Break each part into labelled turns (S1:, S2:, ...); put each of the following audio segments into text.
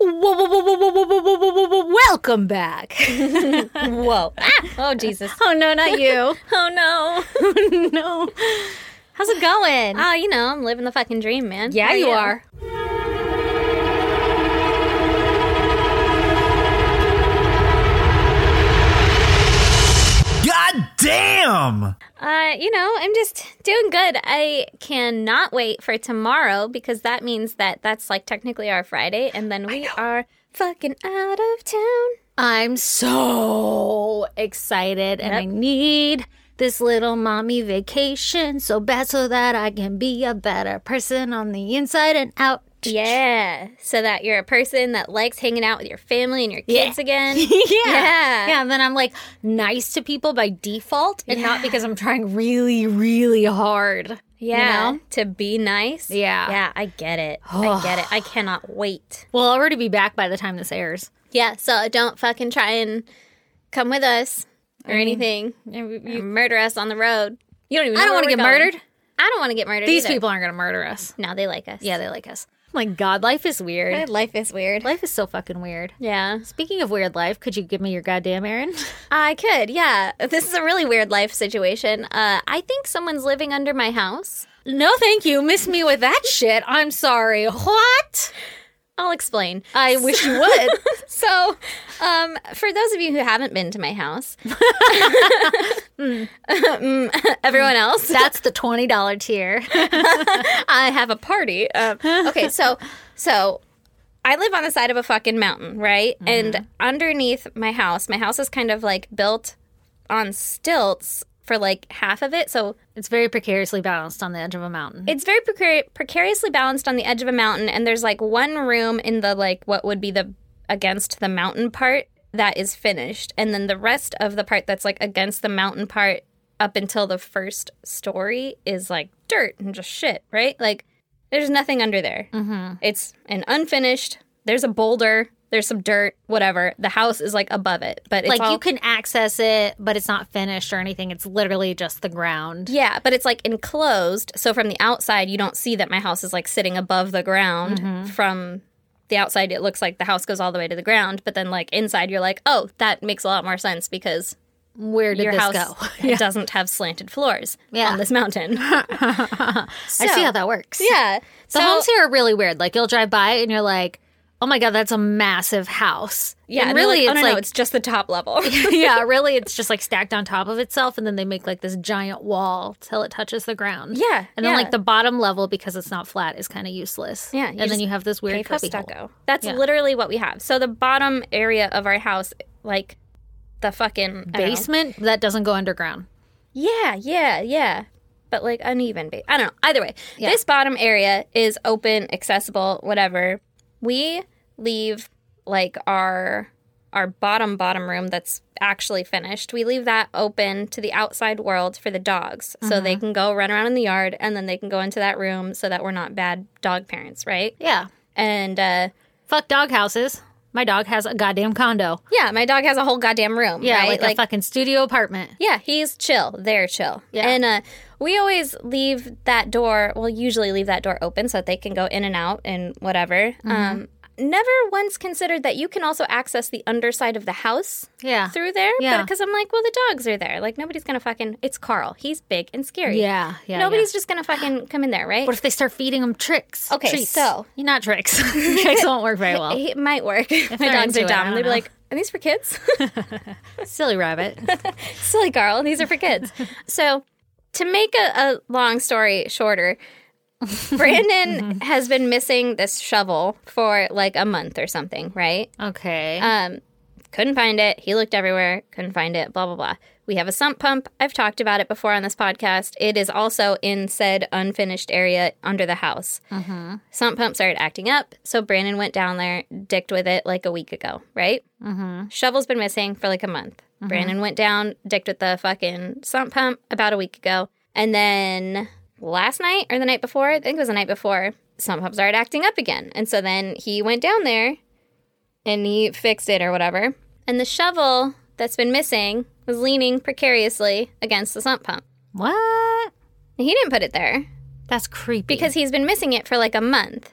S1: Whoa, whoa, whoa, whoa, whoa, whoa, whoa, whoa, whoa, whoa, whoa, welcome back.
S2: Whoa. Ah! Oh, Jesus.
S1: oh, no, not you.
S2: Oh, no.
S1: no. How's it going?
S2: Oh, you know, I'm living the fucking dream, man.
S1: Uh, yeah,
S2: How
S1: you are.
S3: God damn!
S2: Uh, you know, I'm just doing good. I cannot wait for tomorrow because that means that that's like technically our Friday, and then we are fucking out of town.
S1: I'm so excited and I need this little mommy vacation so bad so that I can be a better person on the inside and out.
S2: Yeah, so that you're a person that likes hanging out with your family and your kids again. yeah.
S1: Yeah. Yeah. And then I'm like nice to people by default and not because I'm trying really, really hard.
S2: Yeah.
S1: You know?
S2: To be nice.
S1: Yeah.
S2: Yeah, I get it. I get it. I cannot wait.
S1: We'll already be back by the time this airs.
S2: Yeah, so don't fucking try and come with us or anything. Or murder us on the road. You don't even know
S1: I don't
S2: want to
S1: get murdered.
S2: I don't want to get murdered.
S1: These
S2: either.
S1: people aren't going to murder us.
S2: No, they like us.
S1: Yeah, they like us. My God, life is weird.
S2: life is weird.
S1: Life is so fucking weird.
S2: Yeah.
S1: Speaking of weird life, could you give me your goddamn errand?
S2: I could. Yeah. This is a really weird life situation. Uh, I think someone's living under my house.
S1: No, thank you. Miss me with that shit. I'm sorry. What?
S2: I'll explain.
S1: I wish you would.
S2: So, um, for those of you who haven't been to my house, Mm, everyone else,
S1: That's the $20 tier.
S2: I have a party. Um, okay, so so I live on the side of a fucking mountain, right? And underneath my house, my house is kind of like built on stilts for like half of it. So
S1: It's very precariously balanced on the edge of a mountain.
S2: it's very precar- precariously balanced on the edge of a mountain, and there's like one room in the like what would be the against the mountain part that is finished, and then the rest of the part that's like against the mountain part up until the first story is like dirt and just shit, right? Like there's nothing under there. Mm-hmm. It's an unfinished. There's a boulder. There's some dirt. Whatever. The house is like above it, but it's
S1: like
S2: all-
S1: you can access it, but it's not finished or anything. It's literally just the ground.
S2: Yeah, but it's like enclosed. So from the outside, you don't see that my house is like sitting above the ground.
S1: Mm-hmm.
S2: From the outside, it looks like the house goes all the way to the ground. But then, like inside, you're like, oh, that makes a lot more sense because
S1: Where did
S2: your
S1: this
S2: house
S1: go?
S2: doesn't have slanted floors
S1: Yeah.
S2: on this mountain.
S1: I
S2: So-
S1: see how that works.
S2: yeah.
S1: The homes here are really weird. Like you'll drive by and you're like, "Oh my god, that's a massive house."
S2: yeah,
S1: And
S2: and they're
S1: really,
S2: like, oh,
S1: it's
S2: no, no,
S1: like,
S2: it's just the top level.
S1: yeah, really, it's just like stacked on top of itself, and then they make like this giant wall till it touches the ground.
S2: Yeah,
S1: and then
S2: yeah.
S1: like the bottom level because it's not flat is kind of useless.
S2: Yeah, you
S1: and then
S2: just
S1: you have this
S2: Pay
S1: weird
S2: for
S1: cubby hole.
S2: stucco. That's
S1: Yeah.
S2: literally what we have. So the bottom area of our house, like the fucking I don't know.
S1: basement that doesn't go underground.
S2: Yeah, yeah, yeah. But like uneven. Ba- I don't know. Either way, this bottom area is open, accessible, whatever. We leave like our our bottom bottom room that's actually finished. We leave that open to the outside world for the dogs, so
S1: Mm-hmm.
S2: they can go run around in the yard, and then they can go into that room, so that we're not bad dog parents, right?
S1: Yeah,
S2: And uh,
S1: fuck dog houses. My dog has a goddamn condo.
S2: yeah, my dog has a whole goddamn room.
S1: Yeah,
S2: right?
S1: like, a fucking studio apartment.
S2: Yeah, he's chill. They're chill.
S1: Yeah.
S2: And uh, we always leave that door, well, usually leave that door open so that they can go in and out and whatever.
S1: Mm-hmm.
S2: Um, never once considered that you can also access the underside of the house
S1: Yeah,
S2: through there.
S1: Yeah.
S2: Because I'm like, well, the dogs are there. Like, nobody's going to fucking. It's Carl. He's big and scary.
S1: yeah, yeah.
S2: Nobody's
S1: yeah.
S2: just going to fucking come in there, right?
S1: What if they start feeding them tricks?
S2: Okay,
S1: treats?
S2: so-
S1: not tricks. tricks won't work very well.
S2: it might work. My
S1: they're
S2: dogs
S1: into
S2: are
S1: it, I
S2: dumb.
S1: don't
S2: They'd be
S1: know.
S2: like, are these for kids?
S1: Silly rabbit.
S2: silly Carl. These are for kids. so, to make a, a long story shorter, Brandon has been missing this shovel for like a month or something, right?
S1: Okay.
S2: Um, couldn't find it. He looked everywhere, couldn't find it, blah, blah, blah. We have a sump pump. I've talked about it before on this podcast. It is also in said unfinished area under the house. Sump pump started acting up. So Brandon went down there, dicked with it like a week ago, right? Mm-hmm. Shovel's been missing for like a month. Brandon went down, dicked with the fucking sump pump about a week ago. And then last night or the night before, I think it was the night before, sump pump started acting up again. And so then he went down there and he fixed it or whatever. And the shovel that's been missing was leaning precariously against the sump pump.
S1: what?
S2: And he didn't put it there
S1: That's creepy.
S2: because he's been missing it for like a month.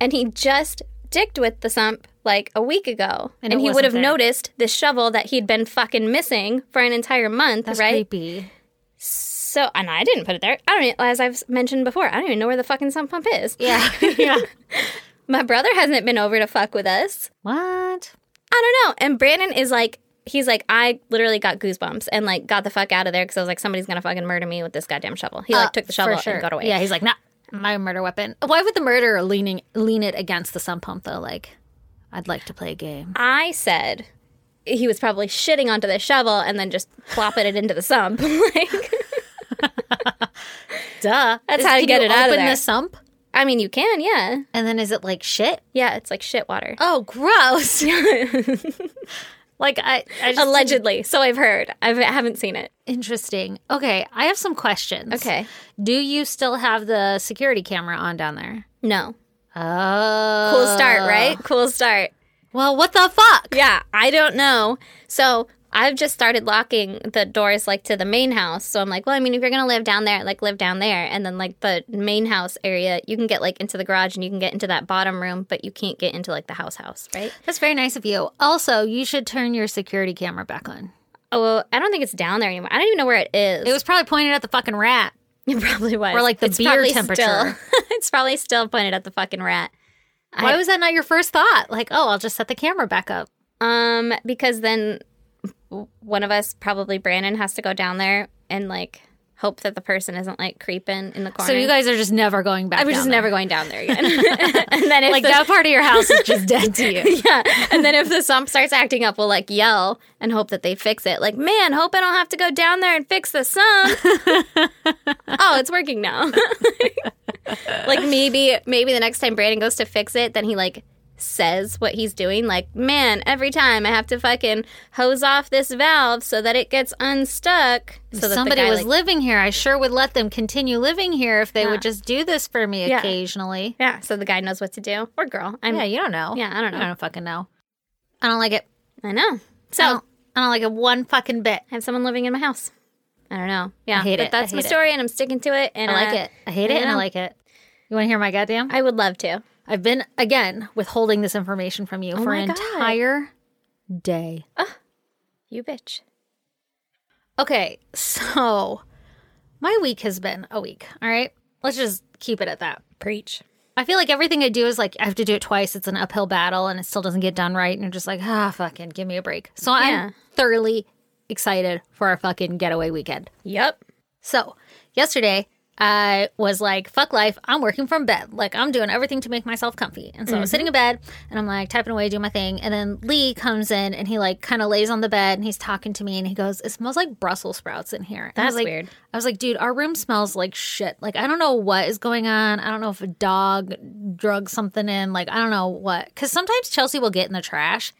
S2: And he just dicked with the sump like a week ago.
S1: And it
S2: And, he would
S1: wasn't
S2: have
S1: there.
S2: noticed this shovel that he'd been fucking missing for an entire month,
S1: That's
S2: right?
S1: creepy.
S2: So, and I didn't put it there. I don't, even, as I've mentioned before, I don't even know where the fucking sump pump is.
S1: Yeah. yeah.
S2: My brother hasn't been over to fuck with us.
S1: What?
S2: I don't know. And Brandon is like, he's like, I literally got goosebumps and like got the fuck out of there because I was like, somebody's gonna fucking murder me with this goddamn shovel. He like
S1: Uh,
S2: took the
S1: for
S2: shovel
S1: sure.
S2: and got away.
S1: Yeah, he's like, nah, my murder weapon. Why would the murderer leaning lean it against the sump pump though? Like, I'd like to play a game.
S2: I said he was probably shitting onto the shovel and then just plopping it into the sump. like,
S1: Duh.
S2: That's how
S1: can
S2: you get it out of
S1: open
S2: there.
S1: the sump,
S2: I mean, you can, yeah,
S1: and then is it like shit?
S2: yeah. It's like shit water,
S1: Oh, gross. like I, I just,
S2: allegedly. So I've heard. I've, I haven't seen it.
S1: interesting. Okay, I have some questions.
S2: Okay,
S1: Do you still have the security camera on down there?
S2: no.
S1: Oh.
S2: Cool start, right? Cool start.
S1: Well, what the fuck?
S2: Yeah, I don't know. So I've just started locking the doors like to the main house. So I'm like, well, I mean, if you're gonna live down there, like live down there, and then like the main house area, you can get like into the garage and you can get into that bottom room, but you can't get into like the house house, right?
S1: That's very nice of you. Also, you should turn your security camera back on.
S2: Oh, well, I don't think it's down there anymore. I don't even know where it is.
S1: It was probably pointed at the fucking rat.
S2: It probably was.
S1: Or, like, the beer
S2: probably
S1: temperature.
S2: still- it's probably still pointed at the fucking rat.
S1: Why was that not your first thought? Like, oh, I'll just set the camera back up.
S2: Um, because then w- one of us, probably Brandon, has to go down there and like hope that the person isn't like creeping in the corner.
S1: So you guys are just never going back.
S2: I was just
S1: down there.
S2: never going down there again. and then if
S1: like
S2: the,
S1: that part of your house is just dead to you.
S2: yeah, and then if the sump starts acting up, we'll like yell and hope that they fix it. Like, man, hope I don't have to go down there and fix the sump. oh, it's working now. like maybe maybe the next time Brandon goes to fix it, then he like says what he's doing like man every time i have to fucking hose off this valve so that it gets unstuck so
S1: if
S2: that
S1: somebody
S2: the guy,
S1: was
S2: like-
S1: living here, I sure would let them continue living here if they would just do this for me
S2: Yeah.
S1: occasionally.
S2: yeah so the guy knows what to do or girl i'm
S1: Yeah, you don't know.
S2: Yeah, I don't know.
S1: I don't fucking know. I don't like it.
S2: i know so
S1: I don't, I don't like it one fucking bit.
S2: have someone living in my house. I don't know. Yeah,
S1: I hate
S2: but
S1: it.
S2: that's
S1: I
S2: my
S1: hate it.
S2: story, and I'm sticking to it. And
S1: I like it. I hate it and I
S2: know.
S1: like it. You want to hear my goddamn?
S2: I would love to.
S1: I've been again withholding this information from you for
S2: my
S1: an
S2: God.
S1: entire day.
S2: You bitch.
S1: Okay, so my week has been a week. All right, let's just keep it at that.
S2: Preach.
S1: I feel like everything I do is like I have to do it twice. It's an uphill battle, and it still doesn't get done right. And you're just like, ah, fucking give me a break. So
S2: Yeah.
S1: I'm thoroughly excited for our fucking getaway weekend.
S2: Yep.
S1: So yesterday I was like, fuck life. I'm working from bed. Like I'm doing everything to make myself comfy. And so I was sitting in
S2: Mm-hmm.
S1: bed and I'm like typing away, doing my thing. And then Lee comes in and he like kind of lays on the bed and he's talking to me and he goes, it smells like Brussels sprouts in here. And I was
S2: That's
S1: like-
S2: weird.
S1: I was like, dude, our room smells like shit. Like I don't know what is going on. I don't know if a dog drug something in. Like I don't know what. Cause sometimes Chelsea will get in the trash.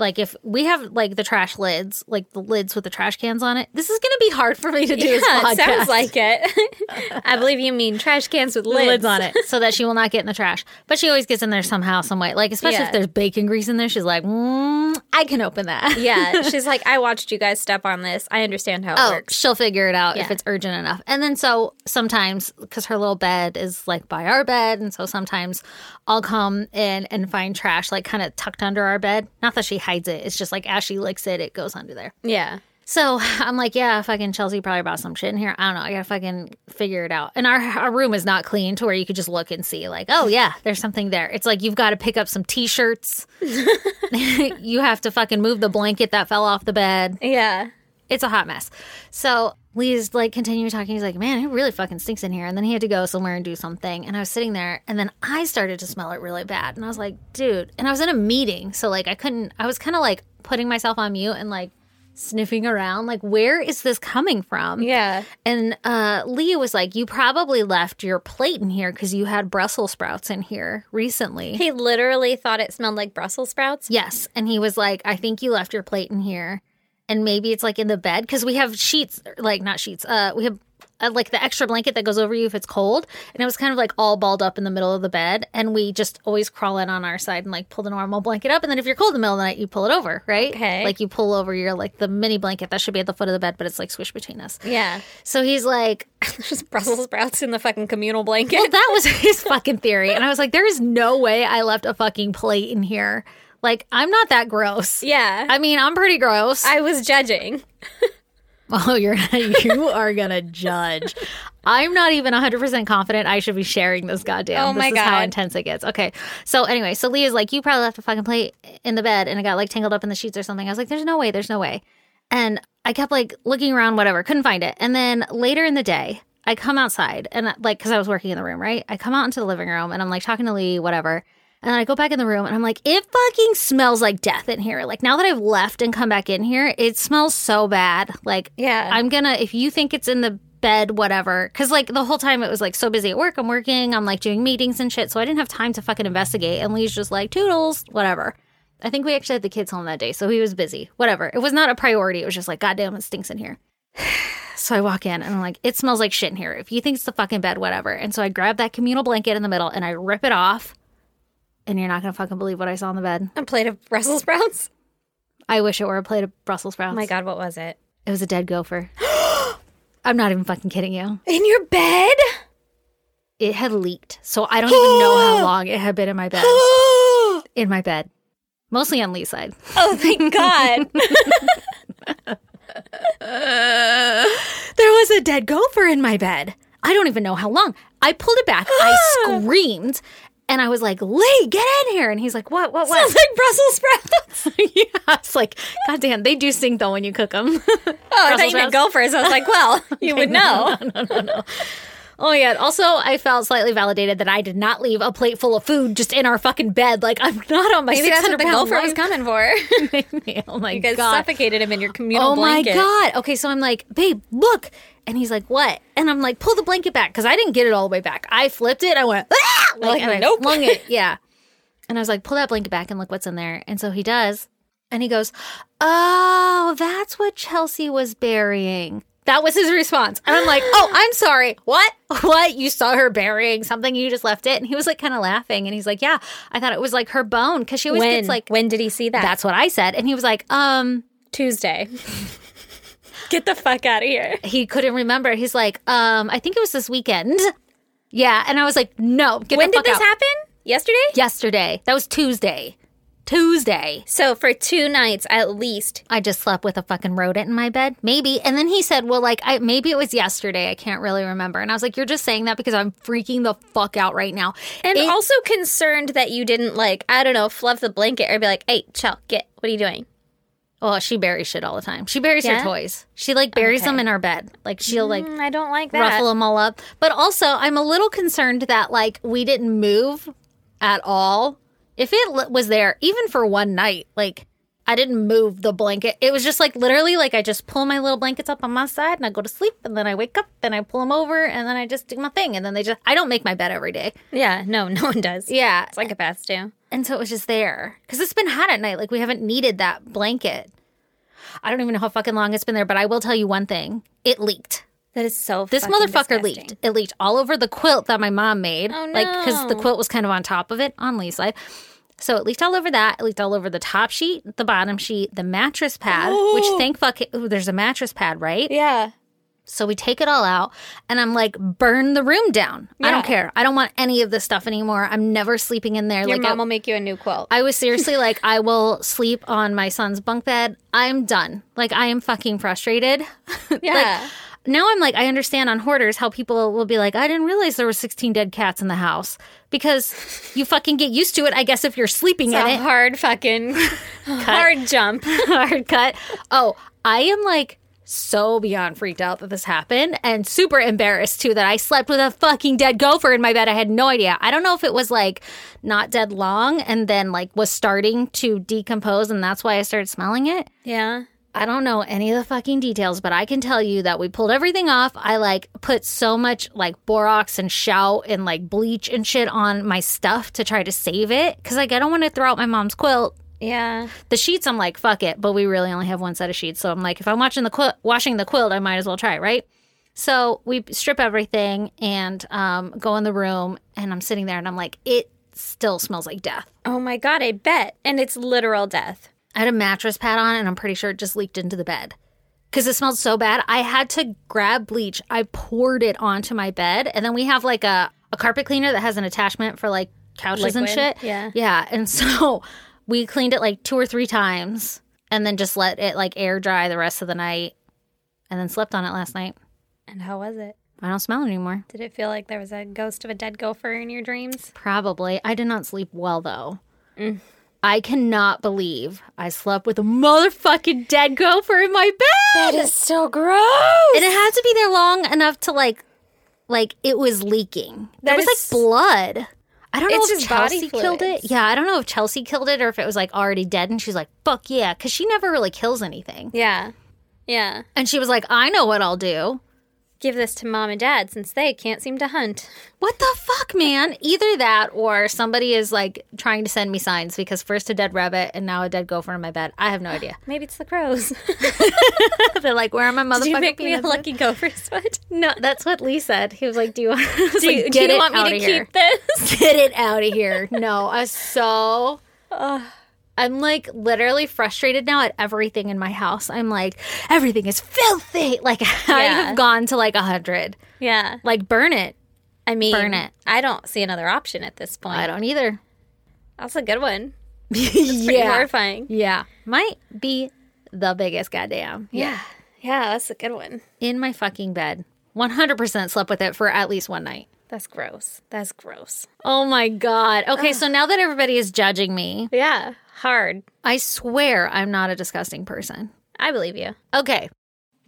S1: Like if we have like the trash lids, like the lids with the trash cans on it, this is gonna be hard for me to do. this
S2: Yeah,
S1: podcast
S2: it sounds like it. I believe you mean trash cans with lids,
S1: lids. on it so that she will not get in the trash. But she always gets in there somehow, some way. Like, especially
S2: Yeah.
S1: if there's bacon grease in there, she's like, mm, I can open that.
S2: yeah, she's like, I watched you guys step on this. I understand how it
S1: Oh,
S2: works.
S1: she'll figure it out if
S2: Yeah.
S1: it's urgent enough. And then so sometimes, because her little bed is like by our bed, and so sometimes I'll come in and find trash like kind of tucked under our bed. Not that she hides it; it's just like as she licks it, it goes under there.
S2: Yeah.
S1: So I'm like, yeah, fucking Chelsea probably brought some shit in here. I don't know. I gotta fucking figure it out. And our, our room is not clean to where you could just look and see, like, oh yeah, there's something there. It's like you've got to pick up some t-shirts. you have to fucking move the blanket that fell off the bed.
S2: Yeah.
S1: It's a hot mess. So Lee's like continuing talking. He's like, man, it really fucking stinks in here. And then he had to go somewhere and do something. And I was sitting there, and then I started to smell it really bad. And I was like, dude. And I was in a meeting, so like I couldn't. I was kind of like putting myself on mute and like sniffing around, like where is this coming from?
S2: Yeah.
S1: And uh, Lee was like, you probably left your plate in here because you had Brussels sprouts in here recently.
S2: He literally thought it smelled like Brussels sprouts.
S1: Yes. And he was like, I think you left your plate in here. And maybe it's like in the bed because we have sheets, like not sheets, uh, we have uh, like the extra blanket that goes over you if it's cold, and it was kind of like all balled up in the middle of the bed, and we just always crawl in on our side and like pull the normal blanket up, and then if you're cold in the middle of the night, you pull it over, right?
S2: Okay.
S1: Like you pull over your like the mini blanket that should be at the foot of the bed, but it's like squished between us.
S2: Yeah.
S1: So he's like,
S2: There's Brussels sprouts in the fucking communal blanket.
S1: well, that was his fucking theory, and I was like, there is no way I left a fucking plate in here. Like I'm not that gross.
S2: yeah. I,
S1: I mean, I'm pretty gross.
S2: was judging.
S1: Oh, you're you are gonna judge. I'm not even 100% confident I should be sharing this goddamn.
S2: Oh
S1: this
S2: my
S1: is how
S2: God.
S1: intense it gets. Okay. So anyway, so Leah's like, you probably left a fucking plate in the bed and it got like tangled up in the sheets or something. I was like, there's no way, there's no way. And I kept like looking around, whatever, couldn't find it. And then later in the day, I come outside and like, cause I was working in the room, right? I come out into the living room and I'm like talking to Lee, whatever. And then I go back in the room and I'm like, it fucking smells like death in here. Like now that I've left and come back in here, it smells so bad. Like
S2: Yeah.
S1: I'm gonna, if you think it's in the bed, whatever. Cause like the whole time it was like so busy at work, I'm working, I'm like doing meetings and shit. So I didn't have time to fucking investigate. And Lee's just like, toodles, whatever. I think we actually had the kids home that day. So he was busy, whatever. It was not a priority. It was just like, goddamn, it stinks in here. So I walk in and I'm like, it smells like shit in here. If you think it's the fucking bed, whatever. And so I grab that communal blanket in the middle and I rip it off. And you're not gonna fucking believe what I saw on the bed.
S2: A plate of Brussels sprouts.
S1: I wish it were a plate of Brussels sprouts.
S2: Oh my God, what was it?
S1: It was a dead gopher. I'm not even fucking kidding you.
S2: In your bed?
S1: It had leaked. So I don't even know how long it had been in my bed.
S2: oh,
S1: In my bed. Mostly on Lee's side.
S2: thank God.
S1: There was a dead gopher in my bed. I don't even know how long. I pulled it back. I screamed. And I was like, Lee, get in here. And he's like, what, what, what?
S2: Sounds like Brussels sprouts.
S1: yeah, it's like, God damn, they do stink though when you cook them.
S2: Oh, I thought
S1: Brussels
S2: you meant
S1: sprouts.
S2: gophers. I was like, well, you would know.
S1: oh my God. Also, I felt slightly validated that I did not leave a plate full of food just in our fucking bed. Like, I'm not on my
S2: Maybe that's what
S1: 600
S2: the
S1: pound
S2: gopher was
S1: life.
S2: coming for.
S1: oh my
S2: You guys
S1: God.
S2: suffocated him in your communal
S1: Oh my
S2: blanket.
S1: God. Okay, so I'm like, babe, look. And he's like, what? And I'm like, pull the blanket back because I didn't get it all the way back. I flipped it. I went, ah! Like,
S2: Like,
S1: and I
S2: nope.
S1: flung it. Yeah. And I was like, pull that blanket back and look what's in there. And so he does. And he goes, oh, that's what Chelsea was burying. That was his response. And I'm like, oh, I'm sorry. What? What? You saw her burying something? You just left it? And he was like, kind of laughing. And he's like, yeah, I thought it was like her bone because she always
S2: When,
S1: gets like,
S2: when did he see that?
S1: that's what I said. And he was like, um,
S2: Tuesday. Get the fuck out of here.
S1: he couldn't remember. He's like, um, I think it was this weekend. Yeah, and I was like, no. Get
S2: When
S1: the
S2: did
S1: fuck
S2: this
S1: out.
S2: happen? Yesterday?
S1: Yesterday. That was Tuesday. Tuesday.
S2: So for two nights at least.
S1: I just slept with a fucking rodent in my bed, maybe. And then he said, "Well, like, I maybe it was yesterday. I can't really remember." And I was like, "You're just saying that because I'm freaking the fuck out right now."
S2: And
S1: It-
S2: also concerned that you didn't like, I don't know, fluff the blanket or be like, hey, chill, get what are you doing?
S1: oh, she buries shit all the time. She buries
S2: Yeah?
S1: her toys. She like buries
S2: Okay.
S1: them in her bed. Like she'll like
S2: Mm, I don't like that.
S1: ruffle them all up. But also, I'm a little concerned that like we didn't move at all. If it li- was there even for one night, like I didn't move the blanket. It was just like literally like I just pull my little blankets up on my side and I go to sleep and then I wake up and I pull them over and then I just do my thing and then they just I don't make my bed every day.
S2: Yeah, no, no one does.
S1: Yeah.
S2: Psychopaths do.
S1: And so it was just there because it's been hot at night. Like we haven't needed that blanket. I don't even know how fucking long it's been there, but I will tell you one thing: it leaked.
S2: That is so
S1: This
S2: fucking
S1: motherfucker
S2: disgusting.
S1: leaked. It leaked all over the quilt that my mom made.
S2: Oh,
S1: Like, because the
S2: no.
S1: quilt was kind of on top of it on Lee's side. So it leaked all over that. It leaked all over the top sheet, the bottom sheet, the mattress pad,
S2: Oh.
S1: which thank fuck, ooh, there's a mattress pad, right?
S2: Yeah.
S1: So we take it all out, and I'm like, burn the room down. I don't
S2: Yeah.
S1: care. I don't want any of this stuff anymore. I'm never sleeping in there.
S2: Your
S1: like,
S2: mom
S1: I-
S2: will make you a new quilt.
S1: I was seriously like, I will sleep on my son's bunk bed. I'm done. Like, I am fucking frustrated.
S2: Yeah.
S1: Like, now I'm like, I understand on hoarders how people will be like, I didn't realize there were 16 dead cats in the house because you fucking get used to it. I guess if you're sleeping
S2: It's
S1: in
S2: a
S1: it,
S2: hard fucking hard jump.
S1: hard cut. Oh, I am like so beyond freaked out that this happened and super embarrassed too that I slept with a fucking dead gopher in my bed. I had no idea. I don't know if it was like not dead long and then like was starting to decompose and that's why I started smelling it.
S2: Yeah.
S1: I don't know any of the fucking details, but I can tell you that we pulled everything off. I like put so much like borax and shout and like bleach and shit on my stuff to try to save it because like I don't want to throw out my mom's quilt.
S2: Yeah.
S1: The sheets, I'm like, fuck it, but we really only have one set of sheets, so I'm like, if I'm watching the quilt, washing the quilt, I might as well try, right? So we strip everything and um, go in the room, and I'm sitting there and I'm like, it still smells like death.
S2: Oh my God, I bet. And it's literal death.
S1: I had a mattress pad on, and I'm pretty sure it just leaked into the bed because it smelled so bad. I had to grab bleach. I poured it onto my bed, and then we have like a, a carpet cleaner that has an attachment for like couches and
S2: Liquid,
S1: shit.
S2: yeah.
S1: yeah. And so we cleaned it like two or three times, and then just let it like air dry the rest of the night, and then slept on it last night.
S2: And how was it?
S1: I don't smell it anymore.
S2: Did it feel like there was a ghost of a dead gopher in your dreams?
S1: Probably. I did not sleep well though.
S2: Mm.
S1: I cannot believe I slept with a motherfucking dead gopher in my bed.
S2: That is so gross.
S1: and it had to be there long enough to like like it was leaking there
S2: That
S1: was
S2: is-
S1: like blood i don't know
S2: It's
S1: if
S2: just body
S1: chelsea killed it
S2: fluids.
S1: yeah i don't know if chelsea killed it or if it was like already dead and she's like fuck yeah because she never really kills anything
S2: Yeah. Yeah.
S1: and she was like i know what i'll do
S2: Give this to mom and dad since they can't seem to hunt.
S1: what the fuck man either that or somebody is like trying to send me signs because first a dead rabbit and now a dead gopher in my bed i have no idea
S2: Maybe it's the crows.
S1: they're like where are my motherfucking
S2: Did you make me a
S1: peanuts?
S2: lucky gopher sweat?
S1: no that's what lee said he was like do you want, I was
S2: Do you,
S1: like,
S2: do
S1: "Get
S2: you
S1: it
S2: want me
S1: outta
S2: to
S1: here."
S2: keep this?
S1: get it out of here. No, I was so. I'm like literally frustrated now at everything in my house. I'm like, everything is filthy. Like, I
S2: Yeah.
S1: have gone to like a 100.
S2: Yeah.
S1: Like, burn it.
S2: I mean,
S1: Burn it.
S2: I don't see another option at this point.
S1: I don't either.
S2: That's a good one. Pretty
S1: yeah.
S2: horrifying.
S1: Yeah. Might be the biggest goddamn.
S2: Yeah. Yeah, that's a good one.
S1: In my fucking bed. 100% slept with it for at least one night.
S2: That's gross. That's gross.
S1: Oh my God. Okay, so now that everybody is judging me,
S2: Yeah. Hard.
S1: I swear I'm not a disgusting person.
S2: I believe you.
S1: Okay.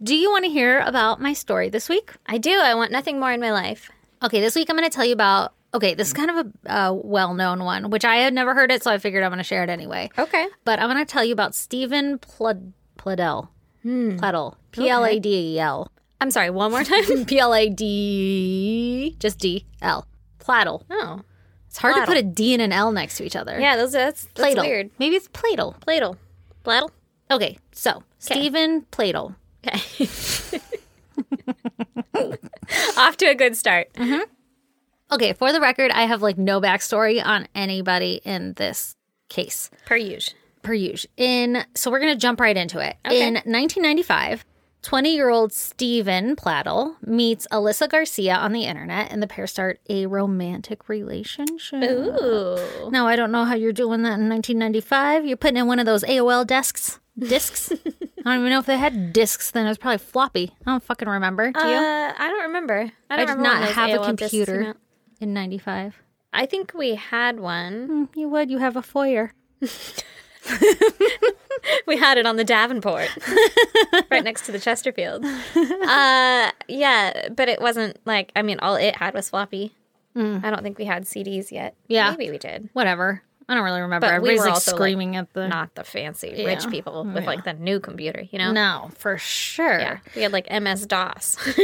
S1: Do you want to hear about my story this week?
S2: I do. I want nothing more in my life.
S1: Okay, this week I'm going to tell you about. Okay, this is kind of a uh, well known one, which I had never heard it, so I figured I'm going to share it anyway.
S2: Okay.
S1: But I'm going to tell you about Stephen Plud- Pladel.
S2: Hmm.
S1: Pladel. P L A D E L.
S2: I'm sorry, one more time.
S1: P L A D. E, Just D L. Pladel.
S2: oh.
S1: It's hard
S2: Plaidel.
S1: to put a D and an L next to each other.
S2: Yeah, those, that's, that's
S1: Plaidel.
S2: weird.
S1: Maybe it's Pladel.
S2: Plaidel. Plaidel?
S1: Okay, so Stephen Pladel.
S2: Okay. Off to a good start.
S1: Okay, for the record, I have like no backstory on anybody in this case.
S2: Per usual.
S1: per usual. In so we're gonna jump right into it.
S2: Okay.
S1: In 1995, 20 year old Steven Plattel meets Alyssa Garcia on the internet, and the pair start a romantic relationship.
S2: Ooh.
S1: Now I don't know how you're doing that in 1995. You're putting in one of those AOL desks. Discs. I don't even know if they had discs then. It was probably floppy. I don't fucking remember. Do you?
S2: Uh, I don't remember. I,
S1: I
S2: don't
S1: did
S2: remember when
S1: not
S2: those
S1: have a
S2: AOL discs came
S1: computer
S2: out.
S1: in 95.
S2: I think we had one.
S1: Mm, You would. You have a foyer.
S2: We had it on the Davenport, right next to the Chesterfield. Uh, yeah, but it wasn't like I mean, all it had was floppy. I don't think we had CDs yet.
S1: Mm. Yeah.
S2: maybe we did.
S1: Whatever. I don't really remember.
S2: But we
S1: Everybody's
S2: were
S1: like
S2: also, like,
S1: screaming at the
S2: Not the fancy rich
S1: Yeah.
S2: people with like the new computer, you know.
S1: No, for sure.
S2: Yeah, we had like MS DOS.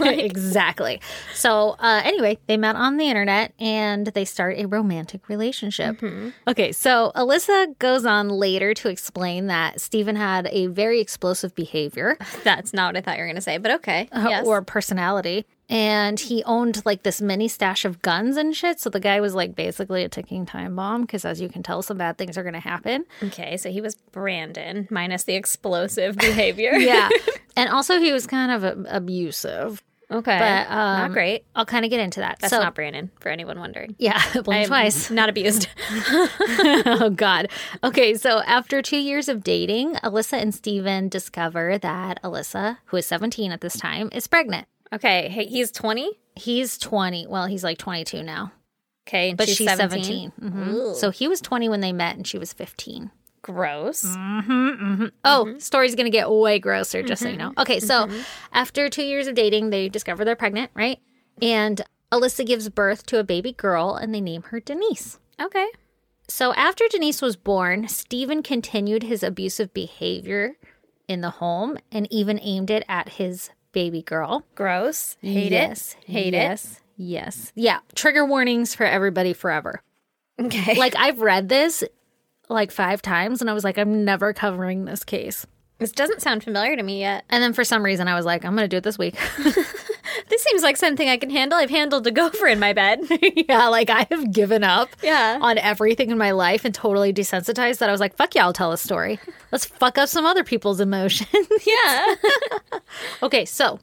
S1: exactly. So, uh, anyway, they met on the internet and they start a romantic relationship.
S2: Mm-hmm.
S1: Okay, so Alyssa goes on later to explain that Stephen had a very explosive behavior
S2: That's not what I thought you were gonna say, but okay.
S1: uh,
S2: yes.
S1: or personality. And he owned like this mini stash of guns and shit. So the guy was like basically a ticking time bomb because, as you can tell, some bad things are going to happen.
S2: okay, so he was Brandon minus the explosive behavior.
S1: Yeah. and also, he was kind of a- abusive.
S2: okay,
S1: But,
S2: not
S1: um,
S2: great.
S1: I'll kind of get into that.
S2: That's
S1: so,
S2: not Brandon for anyone wondering.
S1: yeah, blink
S2: I'm
S1: twice.
S2: not abused.
S1: oh god okay so after two years of dating alyssa and steven discover that alyssa who is 17 at this time is pregnant
S2: okay, hey, he's twenty.
S1: he's 20 well he's like 22 now
S2: Okay, and
S1: but she's,
S2: she's
S1: 17,
S2: 17.
S1: Mhm. so he was 20 when they met and she was 15
S2: Gross.
S1: Mm. Oh,
S2: Mm-hmm.
S1: story's gonna get way grosser, just so you know. Okay, so after two years of dating, they discover they're pregnant, right? And Alyssa gives birth to a baby girl and they name her Denise.
S2: Okay.
S1: So after Denise was born, Stephen continued his abusive behavior in the home and even aimed it at his baby girl.
S2: Gross. Hate
S1: yes,
S2: it. Hate
S1: yes, Yes. Yeah. Trigger warnings for everybody forever.
S2: it. Okay.
S1: Like I've read this like five times and I was like, I'm never covering this case.
S2: This doesn't sound familiar to me yet.
S1: And then for some reason, I was like, I'm going to do it this week.
S2: This seems like something I can handle. I've handled a gopher in my bed.
S1: yeah, like I have given up
S2: Yeah.
S1: on everything in my life and totally desensitized that I was like, fuck yeah, I'll tell a story. Let's fuck up some other people's emotions.
S2: yeah.
S1: okay, so.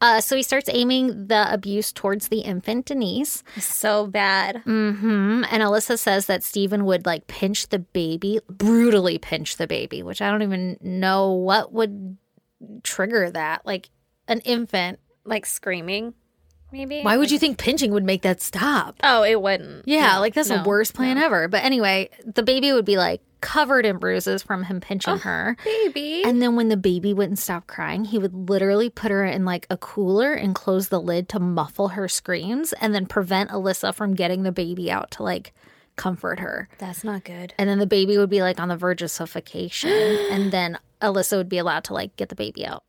S1: Uh, so he starts aiming the abuse towards the infant Denise.
S2: so bad.
S1: Mm, And Alyssa says that Stephen would like pinch the baby, brutally pinch the baby, which I don't even know what would trigger that. Like an infant.
S2: Like screaming, maybe.
S1: Why would you think pinching would make that stop?
S2: Oh, it wouldn't.
S1: Yeah, like that's
S2: no,
S1: the worst plan ever. But anyway, the baby would be like covered in bruises from him pinching her.
S2: Baby.
S1: And then when the baby wouldn't stop crying, he would literally put her in like a cooler and close the lid to muffle her screams and then prevent Alyssa from getting the baby out to like comfort her.
S2: That's not good.
S1: And then the baby would be like on the verge of suffocation. and then Alyssa would be allowed to like get the baby out.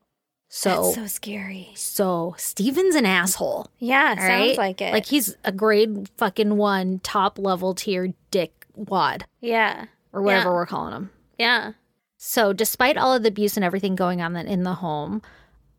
S1: So,
S2: That's so scary.
S1: so Steven's an asshole.
S2: Yeah,
S1: All
S2: sounds
S1: right?
S2: like it.
S1: Like he's a grade fucking one top level tier dick wad
S2: yeah.
S1: or whatever
S2: Yeah.
S1: we're calling him.
S2: Yeah.
S1: So, despite all of the abuse and everything going on in the home,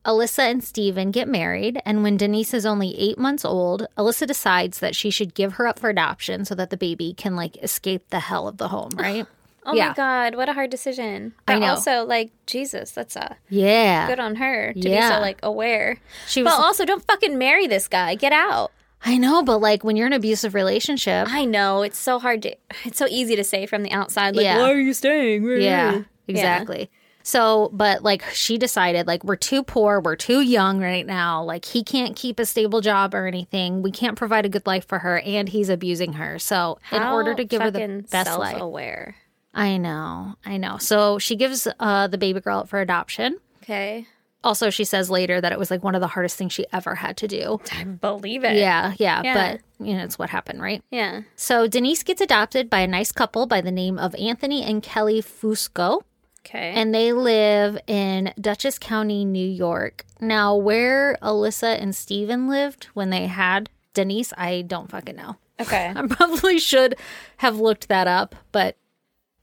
S1: Alyssa and Steven get married. And when Denise is only eight months old, Alyssa decides that she should give her up for adoption so that the baby can like escape the hell of the home, right?
S2: Oh
S1: Yeah.
S2: my God, what a hard decision.
S1: I
S2: But
S1: know.
S2: also, like, Jesus, that's uh,
S1: yeah.
S2: good on her to be
S1: Yeah.
S2: so, like, aware.
S1: She
S2: but
S1: was-
S2: also, don't fucking marry this guy. Get out.
S1: I know, but like when you're in an abusive relationship,
S2: I know. It's so hard to, it's so easy to say from the outside, like,
S1: Yeah.
S2: why are you staying?
S1: yeah, exactly. So, but like she decided, like, we're too poor, we're too young right now. Like, he can't keep a stable job or anything. We can't provide a good life for her, and he's abusing her. So, in
S2: How
S1: order to give her the
S2: fucking
S1: best life,
S2: self-aware.
S1: I know, I know. So, she gives uh, the baby girl up for adoption.
S2: Okay.
S1: Also, she says later that it was like one of the hardest things she ever had to do.
S2: I believe it.
S1: Yeah, yeah,
S2: Yeah.
S1: but you know, it's what happened, right?
S2: Yeah.
S1: So Denise gets adopted by a nice couple by the name of Anthony and Kelly Fusco,
S2: Okay.
S1: and they live in Dutchess County, New York. Now, where Alyssa and Steven lived when they had Denise, I don't fucking know.
S2: okay.
S1: I probably should have looked that up, but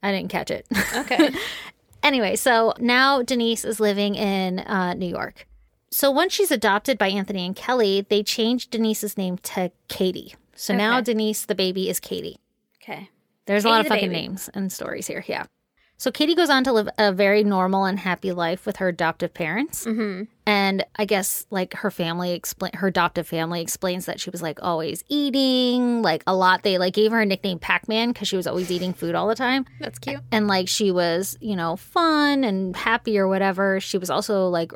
S1: I didn't catch it.
S2: Okay.
S1: Anyway, so now Denise is living in uh, New York. So once she's adopted by Anthony and Kelly, they changed Denise's name to Katie. So now
S2: Okay.
S1: Denise, the baby, is Katie.
S2: Okay.
S1: There's a lot of
S2: Katie the
S1: fucking
S2: baby.
S1: names and stories here. Yeah. So Katie goes on to live a very normal and happy life with her adoptive parents.
S2: Mm-hmm.
S1: And I guess like her family explain her adoptive family explains that she was like always eating like a lot. They like gave her a nickname Pac-Man because she was always eating food all the time
S2: That's cute.
S1: and like she was you know fun and happy or whatever she was also like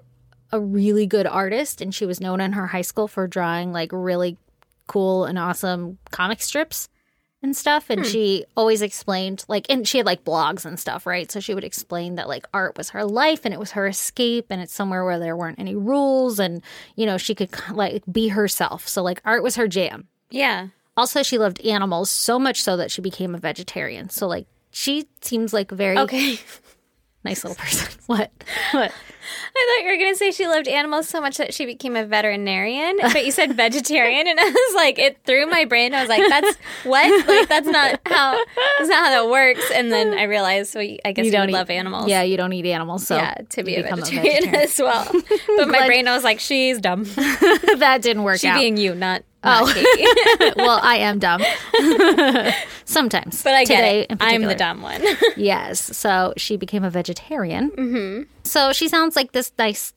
S1: a really good artist and she was known in her high school for drawing like really cool and awesome comic strips and stuff and she always explained like and she had like blogs and stuff right so she would explain that like art was her life and it was her escape and it's somewhere where there weren't any rules and you know she could like be herself so like art was her jam
S2: Yeah.
S1: also, she loved animals so much so that she became a vegetarian. So, like, she seems like a very
S2: Okay.
S1: nice little person. What? What?
S2: I thought you were going to say she loved animals so much that she became a veterinarian, but you said vegetarian, and I was like, it threw my brain. I was like, that's what? Like, that's not how, that's not how that works. And then I realized, well, I guess you,
S1: don't e-
S2: don't
S1: eat-
S2: love animals.
S1: Yeah, you don't eat animals, so
S2: Yeah, to be
S1: you
S2: a
S1: become
S2: vegetarian, as well. But my brain, I was like, she's dumb. She
S1: vegetarian. that didn't work out.
S2: being you, not,
S1: Oh.
S2: not Katie.
S1: well, I am dumb sometimes,
S2: But I get
S1: Today
S2: it.
S1: in
S2: I'm
S1: particular.
S2: the dumb one.
S1: Yes, so she became a vegetarian. Mm-hmm. So she sounds like this nice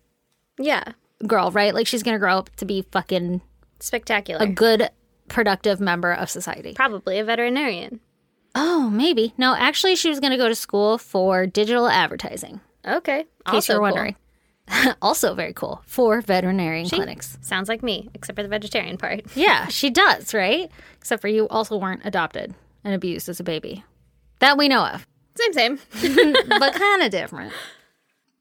S2: yeah.
S1: girl, right? Like she's gonna grow up to be fucking
S2: Spectacular.
S1: a good, productive member of society.
S2: Probably a veterinarian.
S1: Oh, maybe. No, actually, she was going to go to school for digital advertising.
S2: Okay.
S1: In case
S2: Also
S1: you're
S2: cool.
S1: wondering. also very cool for veterinarian clinics.
S2: Sounds like me, except for the vegetarian part.
S1: Yeah, she does, right? Except for you also weren't adopted and abused as a baby. That we know of,
S2: Same, same.
S1: but kind of different.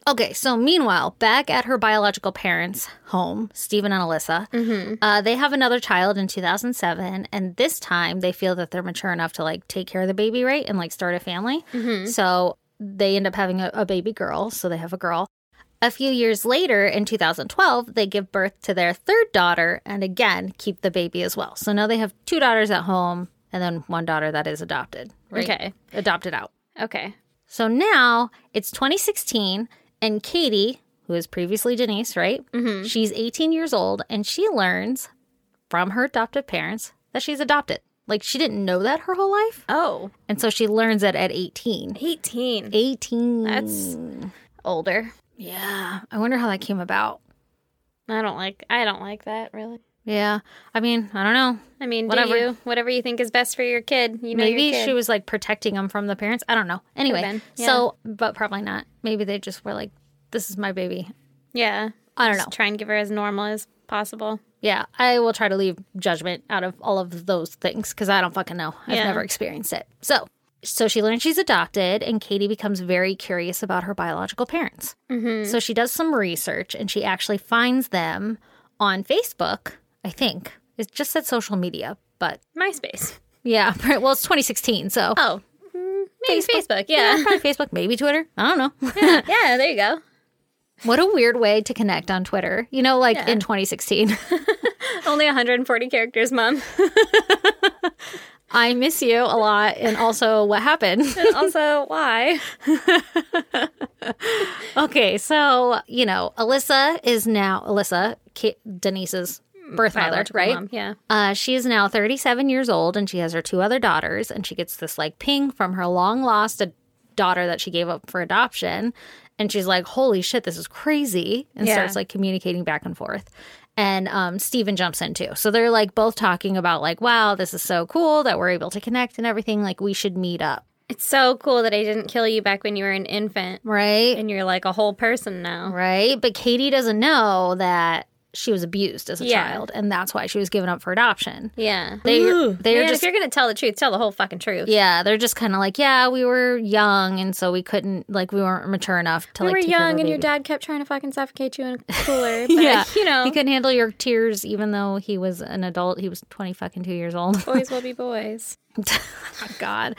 S1: Okay, so meanwhile, back at her biological parents' home, Stephen and Alyssa, uh, they have another child in 2007, and this time they feel that they're mature enough to like take care of the baby, right, and like start a family. So they end up having a, a baby girl. So they have a girl. A few years later, in 2012, they give birth to their third daughter, and again keep the baby as well. So now they have two daughters at home, and then one daughter that is adopted. Right?
S2: Okay.
S1: adopted out.
S2: Okay.
S1: So now it's 2016 And Katie, who was previously Denise, right? Mm-hmm. She's 18 years old and she learns from her adoptive parents that she's adopted. Like she didn't know that her whole life.
S2: Oh,
S1: And so she learns it at 18.
S2: 18.
S1: 18.
S2: That's older.
S1: yeah. I wonder how that came about.
S2: I don't like I don't like that really.
S1: Yeah. I mean, I don't know.
S2: I mean,
S1: Whatever.
S2: do you whatever you think is best for your kid, you know
S1: Maybe
S2: your kid.
S1: she was like protecting them from the parents. I don't know. Anyway,
S2: been, yeah.
S1: so, but probably not. Maybe they just were like, this is my baby.
S2: yeah.
S1: I don't
S2: Just
S1: know.
S2: try and give her as normal as possible.
S1: Yeah, I will try to leave judgment out of all of those things because I don't fucking know. I've
S2: Yeah.
S1: never experienced it. So, so she learns she's adopted, and Katie becomes very curious about her biological parents. Mm-hmm. So she does some research, and she actually finds them on Facebook. I think it just said social media, but
S2: MySpace.
S1: yeah, well, it's 2016, so
S2: Oh. Maybe Facebook.
S1: yeah,
S2: Yeah.
S1: probably Facebook, maybe Twitter. I don't know.
S2: yeah. there you go.
S1: what a weird way to connect on Twitter. You know, like in 2016.
S2: Only 140 characters, mom.
S1: I miss you a lot, and also what happened.
S2: And also, why?
S1: Okay, so you know, Alyssa is now Alyssa Ki Denise's birth mother,
S2: Biological
S1: right?
S2: mom, Yeah.
S1: Uh, she is now 37 years old, and she has her two other daughters, and she gets this like ping from her long lost ad- daughter that she gave up for adoption, and she's like, "Holy shit, this is crazy!" and
S2: Yeah.
S1: starts like communicating back and forth. And um, Steven jumps in too. So they're like both talking about like, "Wow, this is so cool that we're able to connect and everything. Like, we should meet up,
S2: It's so cool that I didn't kill you back when you were an infant
S1: right?"
S2: and you're like a whole person now.
S1: Right. But Katie doesn't know that she was abused as a
S2: Yeah.
S1: child and that's why she was given up for adoption.
S2: Yeah.
S1: They they're
S2: Mm-hmm. Man,
S1: just
S2: if you're going to tell the truth, tell the whole fucking truth.
S1: yeah, they're just kind of like, yeah, we were young and so we couldn't like we weren't mature enough to
S2: You
S1: like
S2: were
S1: take care of
S2: young
S1: our
S2: and your
S1: baby."
S2: dad kept trying to fucking suffocate you in a cooler. But,
S1: Yeah.
S2: you know,
S1: He couldn't handle your tears even though he was an adult. He was 20 fucking 2 years old.
S2: boys will be boys.
S1: God.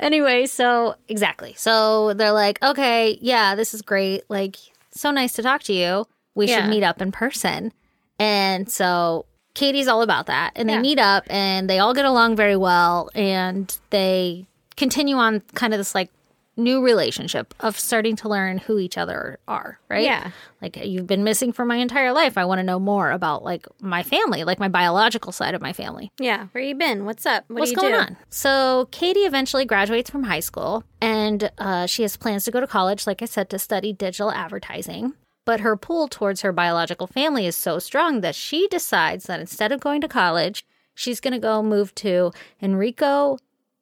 S1: Anyway, so exactly. So they're like, okay, yeah, this is great. Like, so nice to talk to you. We
S2: Yeah.
S1: should meet up in person. And so Katie's all about that. And they meet up and they all get along very well. And they continue on kind of this like new relationship of starting to learn who each other are, right?
S2: Yeah.
S1: Like, you've been missing for my entire life. I want to know more about like my family, like my biological side of my family.
S2: Yeah. Where you been? What's up? What
S1: What's
S2: do you
S1: going
S2: do?
S1: on? So Katie eventually graduates from high school, and uh, she has plans to go to college, like I said, to study digital advertising. But her pull towards her biological family is so strong that she decides that instead of going to college, she's going to go move to Enrico,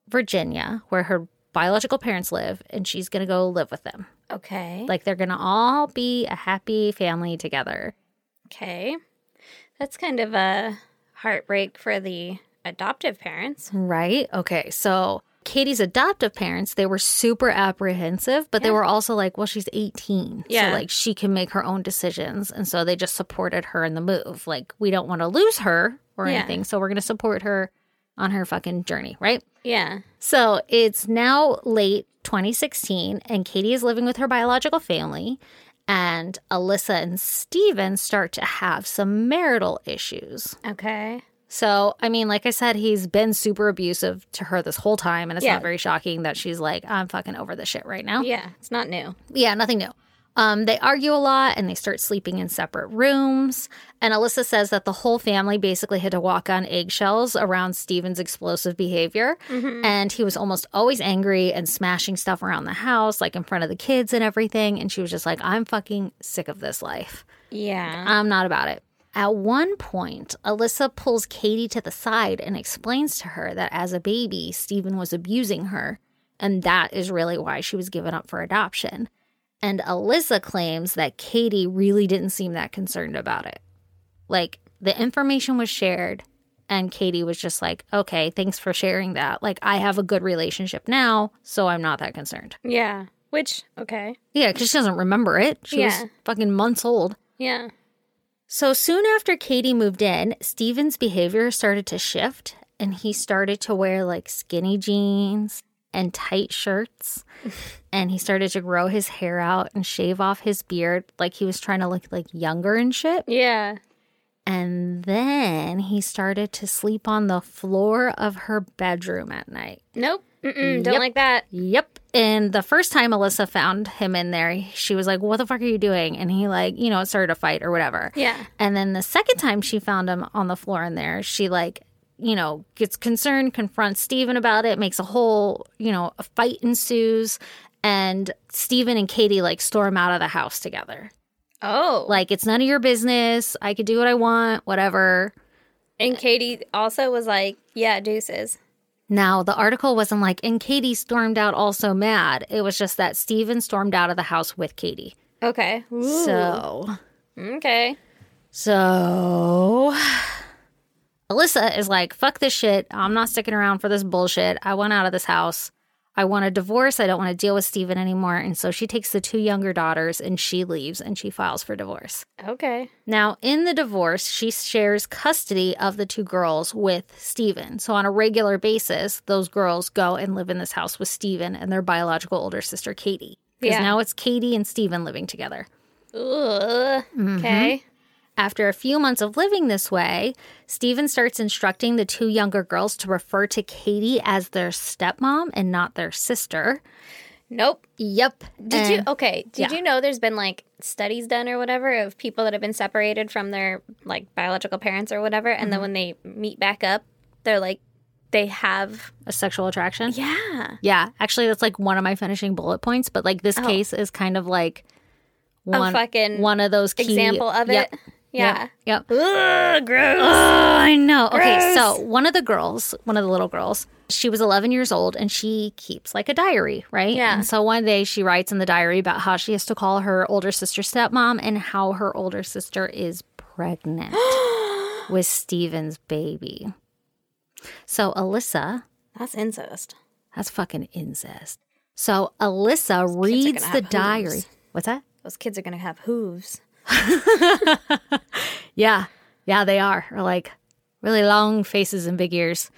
S1: Virginia, where her biological parents live, and she's going to go live with them.
S2: Okay.
S1: Like they're going to all be a happy family together.
S2: Okay. That's kind of a heartbreak for the adoptive parents.
S1: Right. Okay. So Katie's adoptive parents, they were super apprehensive, but they were also like, well, she's 18.
S2: Yeah.
S1: So, like, she can make her own decisions. And so they just supported her in the move. Like, we don't want to lose her or
S2: Yeah.
S1: anything. So we're going to support her on her fucking journey. Right.
S2: Yeah.
S1: So it's now late 2016, and Katie is living with her biological family. And Alyssa and Steven start to have some marital issues.
S2: Okay.
S1: So, I mean, like I said, he's been super abusive to her this whole time. And it's
S2: Yeah.
S1: not very shocking that she's like, I'm fucking over this shit right now. Yeah,
S2: Yeah. It's not new.
S1: nothing new. Um, they argue a lot and they start sleeping in separate rooms. And Alyssa says that the whole family basically had to walk on eggshells around Steven's explosive behavior. And he was almost always angry and smashing stuff around the house, like in front of the kids and everything. And she was just like, I'm fucking sick of this life.
S2: Yeah.
S1: I'm not about it. At one point, Alyssa pulls Katie to the side and explains to her that as a baby, Stephen was abusing her, and that is really why she was given up for adoption. And Alyssa claims that Katie really didn't seem that concerned about it. Like, the information was shared, and Katie was just like, okay, thanks for sharing that. Like, I have a good relationship now, so I'm not that concerned.
S2: Yeah. Which, okay.
S1: Yeah, because she doesn't remember it. She
S2: Yeah.
S1: was fucking months old.
S2: Yeah.
S1: So soon after Katie moved in, Steven's behavior started to shift and he started to wear like skinny jeans and tight shirts. and he started to grow his hair out and shave off his beard like he was trying to look like younger and shit.
S2: Yeah.
S1: And then he started to sleep on the floor of her bedroom at night.
S2: Nope. Mm-mm, don't
S1: Yep.
S2: like that.
S1: Yep. And the first time Alyssa found him in there, she was like, What the fuck are you doing? And he, like, you know, started a fight or whatever.
S2: Yeah.
S1: And then the second time she found him on the floor in there, she, like, you know, gets concerned, confronts Steven about it, makes a whole, you know, a fight ensues. And Steven and Katie, like, storm out of the house together.
S2: Oh.
S1: Like, it's none of your business. I could do what I want, whatever.
S2: and Katie also was like, yeah, deuces.
S1: Now, the article wasn't like, and Katie stormed out also mad. It was just that Steven stormed out of the house with Katie.
S2: Okay. Ooh.
S1: So,
S2: Okay.
S1: so Alyssa is like, fuck this shit. I'm not sticking around for this bullshit. I want out of this house. I want a divorce. I don't want to deal with Steven anymore. And so she takes the two younger daughters and she leaves and she files for divorce.
S2: Okay.
S1: Now, in the divorce, she shares custody of the two girls with Steven. So, on a regular basis, those girls go and live in this house with Steven and their biological older sister, Katie. Because
S2: Yeah.
S1: now it's Katie and Steven living together.
S2: Ugh. Okay.
S1: After a few months of living this way, Steven starts instructing the two younger girls to refer to Katie as their stepmom and not their sister.
S2: Nope.
S1: Yep.
S2: Did you
S1: And-
S2: okay? Did
S1: yeah.
S2: you know there's been like studies done or whatever of people that have been separated from their like biological parents or whatever, and then when they meet back up, they're like they have
S1: A sexual attraction?
S2: yeah
S1: Yeah, actually, that's like one of my finishing bullet points. But like this case is kind of like one
S2: Oh. fucking
S1: one of those key,
S2: example of it.
S1: Yep,
S2: Yeah.
S1: Yep.
S2: Ugh, gross.
S1: Uh, I know. Okay,
S2: Gross.
S1: so one of the girls, one of the little girls, she was 11 years old and she keeps like a diary, right?
S2: Yeah.
S1: And so one day she writes in the diary about how she has to call her older sister stepmom and how her older sister is pregnant with Steven's baby. So Alyssa,
S2: That's incest.
S1: that's fucking incest. So Alyssa
S2: are
S1: reads
S2: gonna
S1: the
S2: have
S1: diary.
S2: hooves.
S1: What's that?
S2: Those kids are gonna have hooves.
S1: Yeah. Yeah, they are. Or like really long faces and big ears.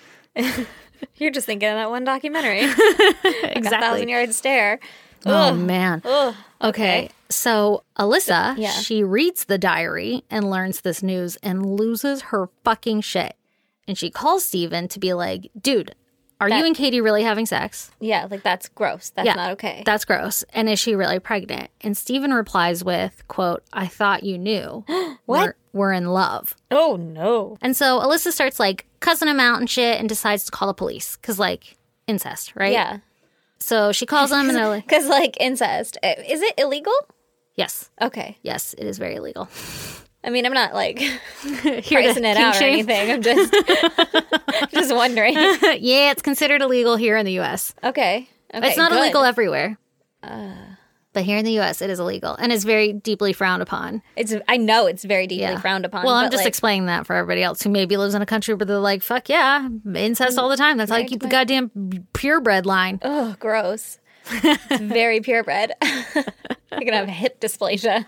S2: You're just thinking of that one documentary, A Thousand
S1: Exactly.
S2: Yard Stare.
S1: Oh man.
S2: Ugh.
S1: Okay. So Alyssa,
S2: Yeah.
S1: she reads the diary and learns this news and loses her fucking shit. And she calls Steven to be like, dude, are you
S2: That-
S1: and Katie really having sex?
S2: Yeah, like that's gross. That's
S1: Yeah.
S2: not okay.
S1: That's gross. And is she really pregnant? And Steven replies with, quote, I thought you knew. We're, we're in love.
S2: oh no.
S1: And so Alyssa starts like cussing him out and shit and decides to call the police because like incest, right?
S2: Yeah,
S1: So she calls him and they're like,
S2: because like incest Uh, is it illegal?
S1: yes,
S2: Okay.
S1: yes, it is very illegal.
S2: I mean, I'm not like
S1: Here to
S2: pricing it
S1: king
S2: out or
S1: shame.
S2: anything. I'm just just wondering.
S1: yeah, it's considered illegal here in the US.
S2: Okay. okay
S1: it's not
S2: good. Uh.
S1: illegal everywhere. but here in the US, it is illegal and is very deeply frowned upon.
S2: It's I know it's very deeply
S1: Yeah.
S2: frowned upon.
S1: Well, I'm
S2: but,
S1: just
S2: like,
S1: explaining that for everybody else who maybe lives in a country where they're like, fuck yeah, incest all the time. That's how you keep the goddamn purebred line.
S2: oh, gross. it's very purebred. You're gonna have hip dysplasia.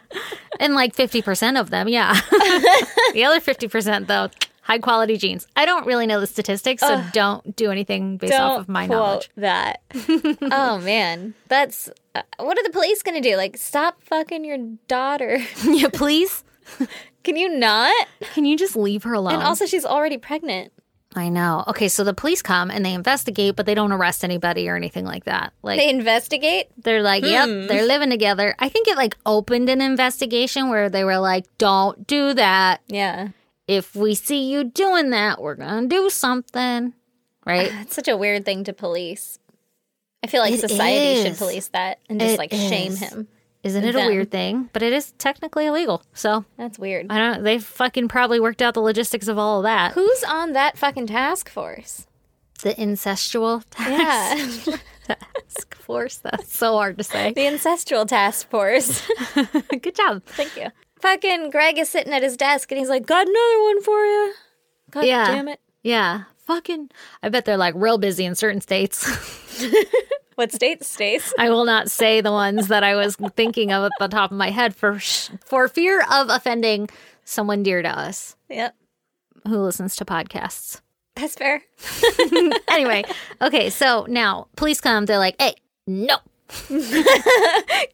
S1: And like 50% of them, yeah. the other 50%, though, high quality genes. I don't really know the statistics, so don't do anything based
S2: Don't
S1: off of my
S2: quote
S1: knowledge.
S2: that. oh man, that's uh, what are the police gonna do? Like, stop fucking your daughter.
S1: yeah, please,
S2: Can you not?
S1: can you just leave her alone?
S2: And also, she's already pregnant.
S1: I know. Okay, so the police come and they investigate, but they don't arrest anybody or anything like that. Like
S2: They Hmm. investigate.
S1: they're like, "Yep, they're living together." I think it like opened an investigation where they were like, "Don't do that.
S2: Yeah,
S1: If we see you doing that, we're going to do something." Right?
S2: that's such a weird thing to police. I feel like
S1: It
S2: society should
S1: is.
S2: police that and just
S1: It
S2: like shame
S1: is.
S2: him.
S1: Isn't it a
S2: Them.
S1: weird thing? But it is technically illegal. So,
S2: That's weird.
S1: I don't they fucking probably worked out the logistics of all of that.
S2: Who's on that fucking task force?
S1: The incestual task
S2: Yeah,
S1: force. That's so hard to say.
S2: the ancestral task force.
S1: Good job.
S2: Thank you. Fucking Greg is sitting at his desk and he's like, "Got another one for you." God
S1: Yeah.
S2: damn it.
S1: Yeah. Fucking I bet they're like real busy in certain states.
S2: What state states?
S1: I will not say the ones that I was thinking of at the top of my head for for fear of offending someone dear to us
S2: yep,
S1: who listens to podcasts.
S2: that's fair.
S1: Anyway, okay, so now police come, they're like, "Hey, no."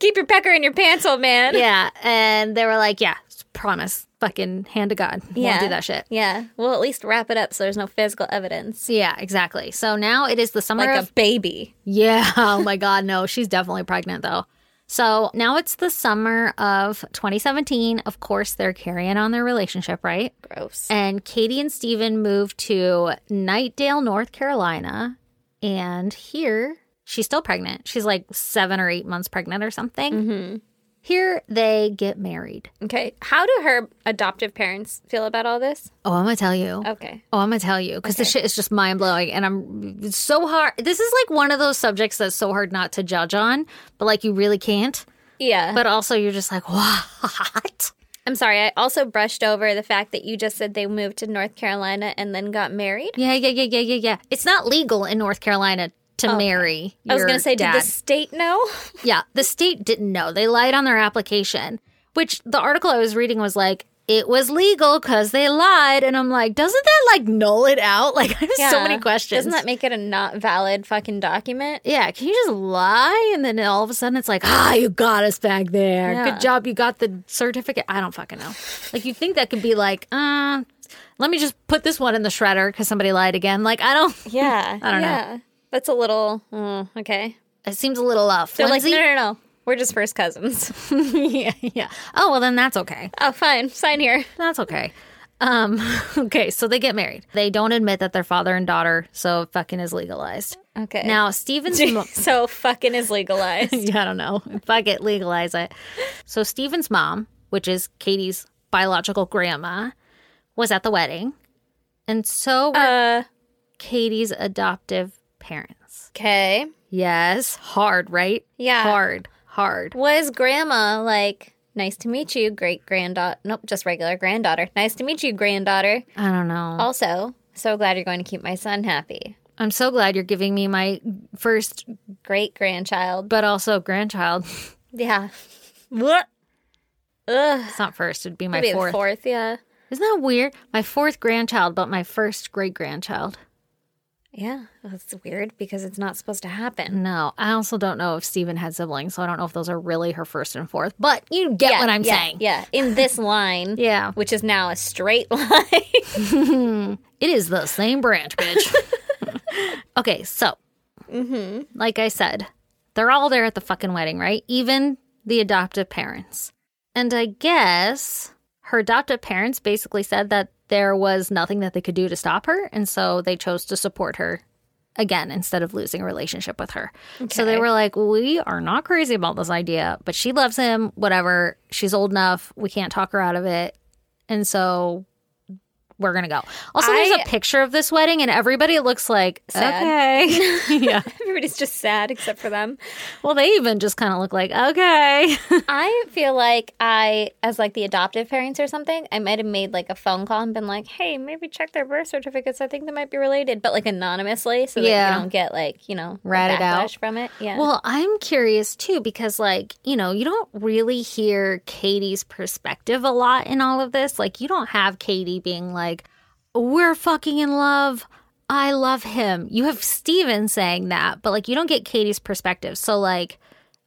S2: Keep your pecker in your pants, old man.
S1: Yeah, and they were like, "Yeah, promise. fucking hand to God.
S2: Yeah.
S1: Won't do that shit.
S2: Yeah. We'll at least wrap it up so there's no physical evidence.
S1: So yeah, exactly. So now it is the summer
S2: Like
S1: of
S2: a baby.
S1: Yeah. Oh my God. No, she's definitely pregnant though. So now it's the summer of 2017. Of course, they're carrying on their relationship, right?
S2: Gross.
S1: And Katie and Steven move to Nightdale, North Carolina. And here, she's still pregnant. She's like seven or eight months pregnant or something. Here, they get married.
S2: Okay. How do her adoptive parents feel about all this?
S1: Oh, I'm going to tell you.
S2: Okay.
S1: Oh, I'm gonna tell you because this shit is just mind blowing, and I'm it's so hard. This is like one of those subjects that's so hard not to judge on, but like you really can't.
S2: Yeah.
S1: But also, you're just like, what?
S2: I'm sorry. I also brushed over the fact that you just said they moved to North Carolina and then got married.
S1: Yeah, yeah, yeah, yeah, yeah, yeah. It's not legal in North Carolina to marry.
S2: Oh, I was
S1: your
S2: going to say,
S1: dad.
S2: did the state know?
S1: Yeah, the state didn't know. They lied on their application, which the article I was reading was like, it was legal because they lied. And I'm like, doesn't that like null it out? Like, I have so many questions.
S2: Doesn't that make it a not valid fucking document?
S1: yeah, can you just lie? And then all of a sudden it's like, ah, you got us back there.
S2: Yeah.
S1: Good job. You got the certificate. I don't fucking know. Like, you think that could be like, uh, let me just put this one in the shredder because somebody lied again. Like, I don't,
S2: Yeah.
S1: I don't know.
S2: yeah. That's a little, mm, okay.
S1: it seems a little uh, off.
S2: They're
S1: Lindsay?
S2: like, no, no, no. We're just first cousins.
S1: yeah, yeah. Oh, well, then that's okay.
S2: oh, fine. Sign here.
S1: That's okay. Um, okay, so they get married. They don't admit that they're father and daughter, so fucking is legalized.
S2: Okay.
S1: Now, Steven's mo-
S2: so fucking is legalized.
S1: yeah, I don't know. Fuck it, legalize it. So Steven's mom, which is Katie's biological grandma, was at the wedding, and so were
S2: uh,
S1: Katie's adoptive parents.
S2: okay.
S1: Yes, hard, right?
S2: Yeah.
S1: hard, hard.
S2: Was grandma like, nice to meet you, great granddaughter? Nope, just regular granddaughter. Nice to meet you, granddaughter.
S1: I don't know.
S2: Also, so glad you're going to keep my son happy.
S1: I'm so glad you're giving me my first,
S2: Great grandchild.
S1: but also grandchild.
S2: Yeah.
S1: What?
S2: Ugh.
S1: It's not first. It'd be my
S2: Maybe
S1: fourth.
S2: fourth. fourth, yeah.
S1: Isn't that weird? My fourth grandchild, but my first great grandchild.
S2: Yeah. That's weird because it's not supposed to happen.
S1: No, I also don't know if Steven had siblings, so I don't know if those are really her first and fourth, but you get what I'm
S2: yeah,
S1: saying.
S2: Yeah. In this line,
S1: Yeah.
S2: which is now a straight line.
S1: It is the same branch, bitch. okay, so, like I said, they're all there at the fucking wedding, right? Even the adoptive parents. And I guess her adoptive parents basically said that there was nothing that they could do to stop her. And so they chose to support her again instead of losing a relationship with her. So they
S2: Okay.
S1: were like, we are not crazy about this idea, but she loves him, whatever. She's old enough. We can't talk her out of it. And so we're going to go. Also, there's
S2: I-
S1: a picture of this wedding and everybody looks like,
S2: Sad.
S1: okay. yeah.
S2: Everybody's just sad except for them.
S1: Well, they even just kind of look like, okay.
S2: I feel like I, as like the adoptive parents or something, I might have made like a phone call and been like, "Hey, maybe check their birth certificates. I think they might be related," but like anonymously, so that
S1: Yeah.
S2: you don't get like you know the
S1: Ratted out.
S2: backlash from it. Yeah.
S1: Well, I'm curious too because, like, you know, you don't really hear Katie's perspective a lot in all of this. Like, you don't have Katie being like, we're fucking in love. I love him. You have Steven saying that, but like, you don't get Katie's perspective. So, like,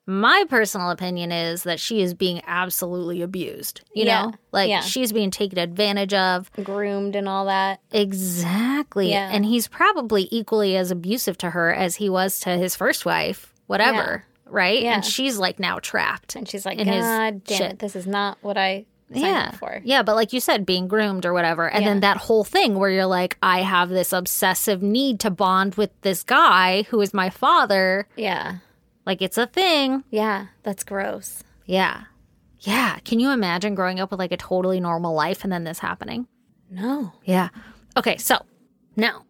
S1: my personal opinion is that she is being absolutely abused, you
S2: Yeah.
S1: know? Like,
S2: Yeah.
S1: she's being taken advantage of.
S2: groomed and all that.
S1: Exactly.
S2: Yeah.
S1: And he's probably equally as abusive to her as he was to his first wife, whatever. Right?
S2: Yeah.
S1: And she's like now trapped.
S2: And she's like,
S1: In his
S2: "God damn
S1: shit.
S2: it, this is not what I signed
S1: yeah.
S2: up for."
S1: Yeah, but like you said, being groomed or whatever. And then that whole thing where you're like, I have this obsessive need to bond with this guy who is my father.
S2: Yeah.
S1: Like it's a thing.
S2: Yeah. That's gross.
S1: Yeah. Yeah. Can you imagine growing up with like a totally normal life and then this happening?
S2: No.
S1: Yeah. Okay, so now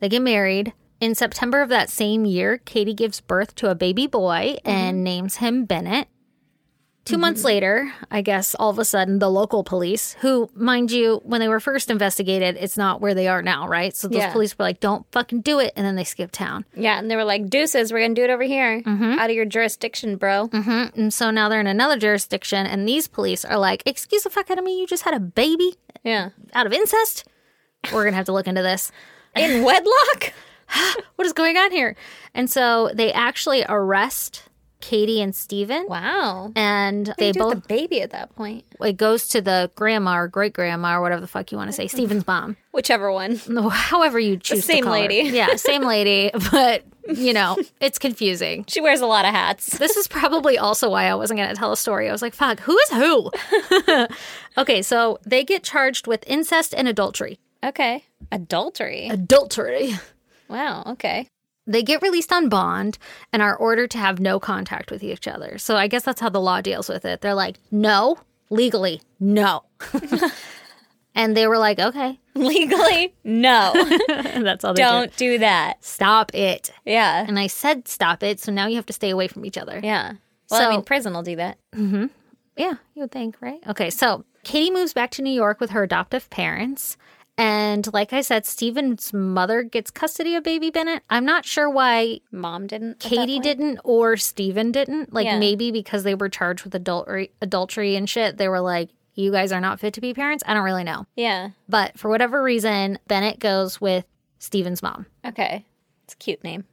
S1: they get married. In September of that same year, Katie gives birth to a baby boy and names him Bennett. 2 months later, I guess all of a sudden, the local police, who, mind you, when they were first investigated, it's not where they are now, right? So those
S2: Yeah.
S1: police were like, don't fucking do it. And then they skip town.
S2: Yeah, and they were like, "Deuces, we're gonna do it over here,
S1: Mm-hmm.
S2: out of your jurisdiction, bro."
S1: And so now they're in another jurisdiction, and these police are like, excuse the fuck out of me, you just had a baby
S2: Yeah.
S1: out of incest? We're going to have to look into this.
S2: In wedlock.
S1: what is going on here? And so they actually arrest Katie and Steven.
S2: Wow.
S1: And they
S2: What do you do
S1: both
S2: with the baby at that point.
S1: it goes to the grandma or great grandma or whatever the fuck you want to say, Steven's mom.
S2: Whichever one.
S1: However you choose. to
S2: same
S1: call her.
S2: lady.
S1: Yeah, same lady. But you know, it's confusing.
S2: She wears a lot of hats.
S1: This is probably also why I wasn't going to tell a story. I was like, fuck, who is who? okay, so they get charged with incest and adultery.
S2: Okay. Adultery.
S1: Adultery.
S2: Wow. Okay.
S1: They get released on bond and are ordered to have no contact with each other. So I guess that's how the law deals with it. They're like, no, legally, no. and they were like, okay,
S2: Legally, no.
S1: that's all they did.
S2: Don't do that.
S1: Stop it.
S2: Yeah.
S1: And I said, stop it. So now you have to stay away from each other.
S2: Yeah. Well,
S1: So-
S2: I mean, prison will do that.
S1: Yeah, you would think, right? Okay, so Katie moves back to New York with her adoptive parents. And like I said, Steven's mother gets custody of baby Bennett. I'm not sure why
S2: Mom didn't. at that
S1: Katie
S2: point.
S1: didn't or Steven didn't. Like
S2: Yeah.
S1: maybe because they were charged with adultery, adultery and shit, they were like, you guys are not fit to be parents. I don't really know.
S2: Yeah.
S1: But for whatever reason, Bennett goes with Steven's mom.
S2: Okay. It's a cute name.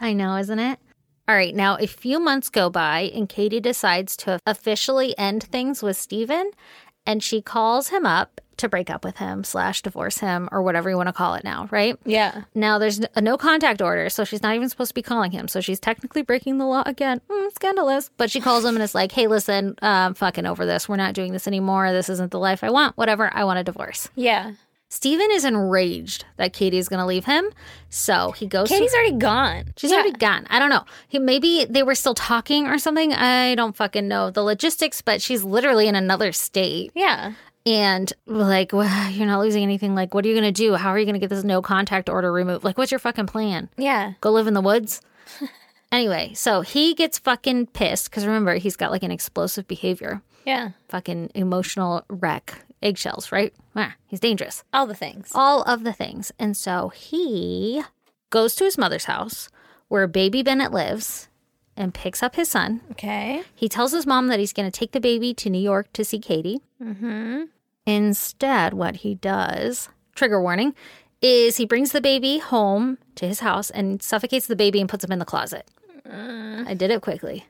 S1: I know, isn't it? All right, now a few months go by and Katie decides to officially end things with Steven and she calls him up to break up with him slash divorce him or whatever you want to call it now, right?
S2: Yeah.
S1: Now there's a no contact order, so she's not even supposed to be calling him. So she's technically breaking the law again. Mm, scandalous. But she calls him and is like, hey, listen, uh, I'm fucking over this. We're not doing this anymore. This isn't the life I want. Whatever. I want a divorce.
S2: Yeah.
S1: Steven is enraged that Katie is going to leave him. So he goes to
S2: Katie's already gone.
S1: She's already gone. I don't know. He, maybe they were still talking or something. I don't fucking know the logistics, but she's literally in another state.
S2: Yeah.
S1: And like, well, you're not losing anything. Like, what are you going to do? How are you going to get this no contact order removed? Like, what's your fucking plan?
S2: Yeah.
S1: Go live in the woods? anyway, so he gets fucking pissed because remember, he's got like an explosive behavior,
S2: Yeah.
S1: fucking emotional wreck, eggshells, right? Ah, he's dangerous
S2: All the things.
S1: all of the things. And so he goes to his mother's house where baby Bennett lives and picks up his son.
S2: Okay.
S1: He tells his mom that he's going to take the baby to New York to see Katie. Mm-hmm. Instead, what he does, trigger warning, is he brings the baby home to his house and suffocates the baby and puts him in the closet. I did it quickly.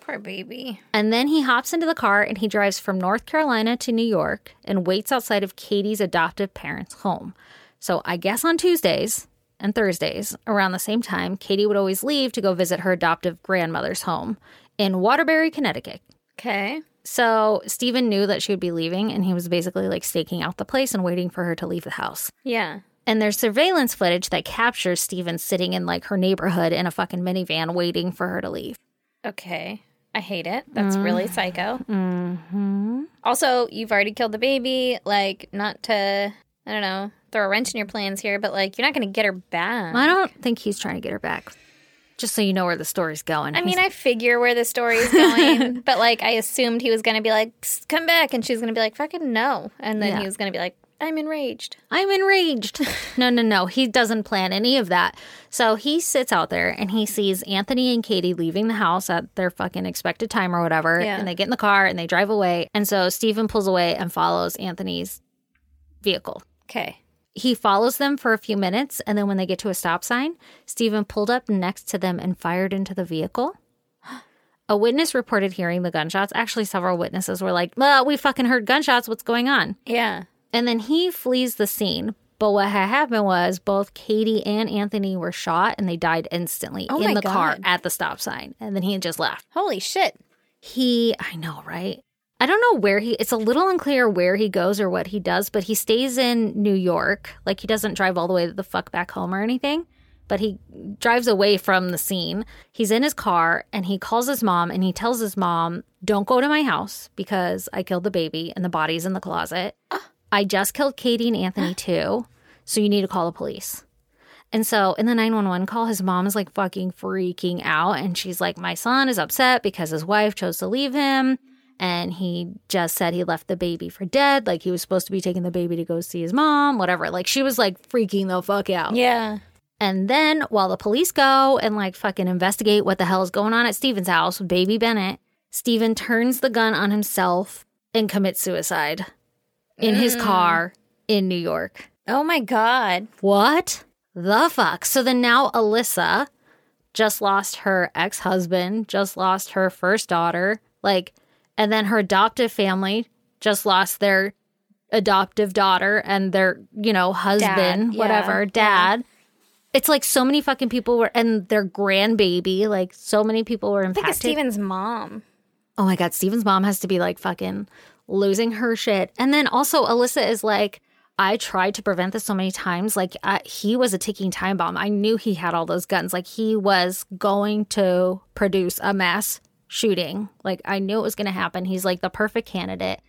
S2: Poor baby.
S1: And then he hops into the car and he drives from North Carolina to New York and waits outside of Katie's adoptive parents' home. So I guess on Tuesdays and Thursdays, around the same time, Katie would always leave to go visit her adoptive grandmother's home in Waterbury, Connecticut.
S2: Okay.
S1: So Stephen knew that she would be leaving and he was basically like staking out the place and waiting for her to leave the house.
S2: Yeah.
S1: And there's surveillance footage that captures Stephen sitting in like her neighborhood in a fucking minivan waiting for her to leave.
S2: Okay. I hate it. That's really psycho. Mm-hmm. Also, you've already killed the baby. Like, not to, I don't know, throw a wrench in your plans here, but like, you're not going to get her back.
S1: I don't think he's trying to get her back. Just so you know where the story's going.
S2: I mean, I figure where the story's going, but like, I assumed he was going to be like, "Psst, come back. And she was going to be like, fucking no. And then
S1: Yeah.
S2: he was going to be like, I'm enraged.
S1: I'm enraged. no, no, no. He doesn't plan any of that. So he sits out there and he sees Anthony and Katie leaving the house at their fucking expected time or whatever.
S2: Yeah.
S1: And they get in the car and they drive away. And so Stephen pulls away and follows Anthony's vehicle.
S2: Okay.
S1: He follows them for a few minutes. And then when they get to a stop sign, Stephen pulled up next to them and fired into the vehicle. A witness reported hearing the gunshots. Actually, several witnesses were like, well, we fucking heard gunshots. What's going on?
S2: Yeah.
S1: And then he flees the scene. But what had happened was both Katie and Anthony were shot and they died instantly
S2: Oh
S1: in
S2: my
S1: the car
S2: God.
S1: at the stop sign. And then he had just left.
S2: Holy shit.
S1: He, I know, right? I don't know where he, it's a little unclear where he goes or what he does, but he stays in New York. Like he doesn't drive all the way the fuck back home or anything, but he drives away from the scene. He's in his car and he calls his mom and he tells his mom, Don't go to my house because I killed the baby and the body's in the closet. I just killed Katie and Anthony too. So you need to call the police. And so in the 911 call, his mom is like fucking freaking out. And she's like, My son is upset because his wife chose to leave him. And he just said he left the baby for dead. Like he was supposed to be taking the baby to go see his mom, whatever. Like she was like freaking the fuck
S2: Oh.
S1: out.
S2: Yeah.
S1: And then while the police go and like fucking investigate what the hell is going on at Steven's house with baby Bennett, Steven turns the gun on himself and commits suicide in his car in New York.
S2: Oh my God.
S1: What the fuck? So then now Alyssa just lost her ex husband, just lost her first daughter, like, and then her adoptive family just lost their adoptive daughter and their, you know, husband,
S2: Dad, yeah,
S1: whatever, dad. It's like so many fucking people were, and their grandbaby, like, so many people were
S2: I think
S1: impacted.
S2: it's Steven's mom.
S1: Oh my God, Steven's mom has to be like fucking losing her shit. And then also, Alyssa is like, I tried to prevent this so many times. Like, I, he was a ticking time bomb. I knew he had all those guns. Like, he was going to produce a mass shooting. Like, I knew it was going to happen. He's like the perfect candidate.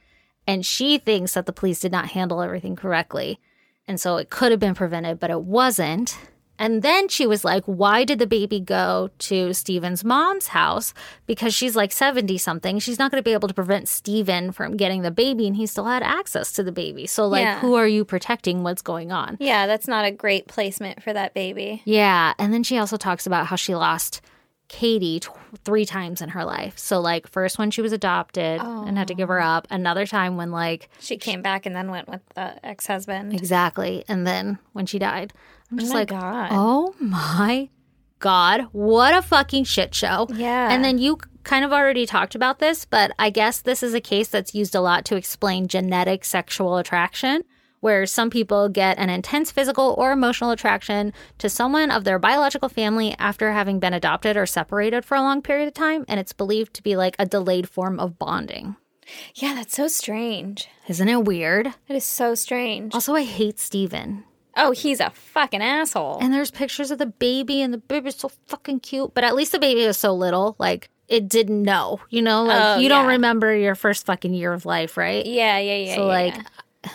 S1: And she thinks that the police did not handle everything correctly. And so it could have been prevented, but it wasn't. And then she was like, Why did the baby go to Steven's mom's house? Because she's like 70 something. She's not going to be able to prevent Steven from getting the baby, and he still had access to the baby. So, like,
S2: Yeah.
S1: who are you protecting? What's going on?
S2: Yeah, that's not a great placement for that baby.
S1: Yeah. And then she also talks about how she lost Katie tw- three times in her life. So, like, first when she was adopted and had to give her up, another time when, like,
S2: She came back and then went with the ex husband.
S1: exactly. And then when she died, I'm just
S2: Oh my
S1: like,
S2: God.
S1: oh my God, what a fucking shit show.
S2: Yeah.
S1: And then you kind of already talked about this, but I guess this is a case that's used a lot to explain genetic sexual attraction, where some people get an intense physical or emotional attraction to someone of their biological family after having been adopted or separated for a long period of time. And it's believed to be like a delayed form of bonding.
S2: Yeah, that's so strange.
S1: Isn't it weird?
S2: It is so strange.
S1: Also, I hate Steven.
S2: Oh, he's a fucking asshole.
S1: And there's pictures of the baby, and the baby's so fucking cute. But at least the baby was so little, like it didn't know, you know? Like
S2: Oh,
S1: you don't
S2: yeah.
S1: remember your first fucking year of life, right?
S2: yeah, yeah, yeah.
S1: so,
S2: yeah,
S1: like,
S2: yeah.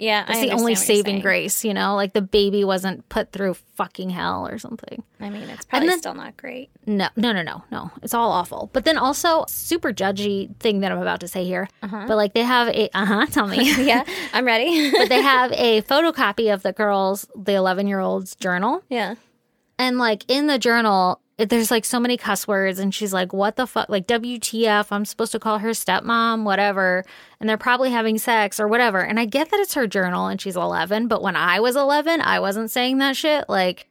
S2: yeah, I
S1: it's the
S2: understand
S1: only
S2: what you're
S1: saving
S2: saying.
S1: grace, you know? Like the baby wasn't put through fucking hell or something.
S2: I mean, it's probably
S1: then-
S2: still not great.
S1: No, no, no, no, no. It's all awful. But then also, super judgy thing that I'm about to say here.
S2: Uh-huh.
S1: But like they have a, uh huh, tell me.
S2: Yeah, I'm ready.
S1: but they have a photocopy of the girls, the 11 year old's journal.
S2: yeah.
S1: And like in the journal, it- there's like so many cuss words, and she's like, "What the fuck? Like WTF? I'm supposed to call her stepmom, whatever." And they're probably having sex or whatever. And I get that it's her journal, and she's 11. But when I was 11, I wasn't saying that shit. Like,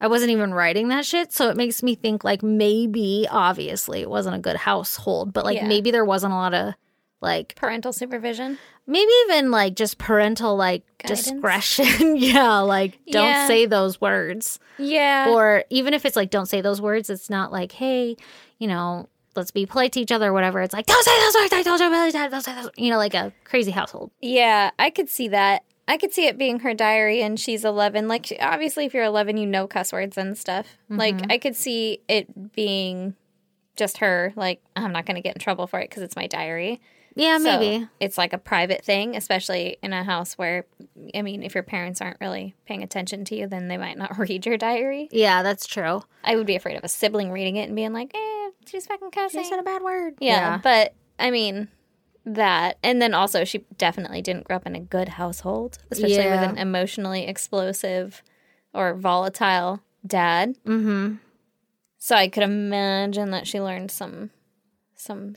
S1: I wasn't even writing that shit. So it makes me think like maybe, obviously, it wasn't a good household, but like
S2: Yeah.
S1: maybe there wasn't a lot of like
S2: Parental supervision.
S1: maybe even like just parental like
S2: Guidance?
S1: discretion. yeah, like don't
S2: Yeah.
S1: say those words
S2: Yeah.
S1: or even if it's like don't say those words it's not like hey you know let's be polite to each other or whatever it's like don't say those words i told you I'm really tired, don't say those words," you know like a crazy household
S2: yeah, I could see that. I could see it being her diary and she's 11. Like, she- obviously, if you're 11, you know cuss words and stuff.
S1: Mm-hmm.
S2: Like, I could see it being just her, like, I'm not going to get in trouble for it because it's my diary.
S1: yeah
S2: So
S1: maybe
S2: it's like a private thing, especially in a house where, I mean, if your parents aren't really paying attention to you, then they might not read your diary.
S1: yeah that's true
S2: I would be afraid of a sibling reading it and being like, eh, she's fucking cussing.
S1: a bad word
S2: yeah,
S1: yeah
S2: but I mean, that. And then also, she definitely didn't grow up in a good household, especially
S1: Yeah.
S2: with an emotionally explosive or volatile dad. Mm-hmm. So I could imagine that she learned some. Some,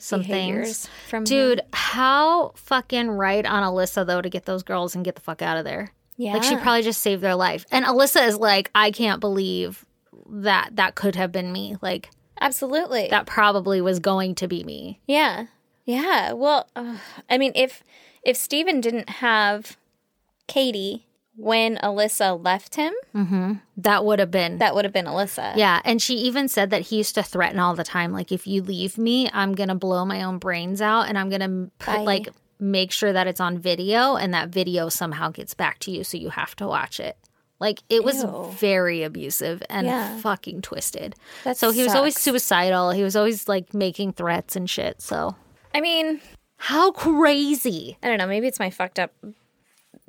S1: Some
S2: some
S1: things.
S2: behaviors from him.
S1: dude how fucking right on alyssa though to get those girls and get the fuck out of there
S2: Yeah,
S1: like she probably just saved their life and alyssa is like i can't believe that that could have been me like
S2: absolutely
S1: that probably was going to be me
S2: Yeah. Yeah. Well, ugh. I mean, if if Steven didn't have Katie when Alyssa left him,
S1: that would have been
S2: that would have been Alyssa.
S1: Yeah, and she even said that he used to threaten all the time like if you leave me, I'm going to blow my own brains out and I'm going to
S2: Bye.
S1: put like make sure that it's on video and that video somehow gets back to you so you have to watch it. Like it was
S2: Ew.
S1: very abusive and
S2: Yeah.
S1: fucking twisted.
S2: That
S1: so he was always
S2: sucks.
S1: suicidal. He was always like making threats and shit. So
S2: I mean,
S1: how crazy.
S2: I don't know. Maybe it's my fucked up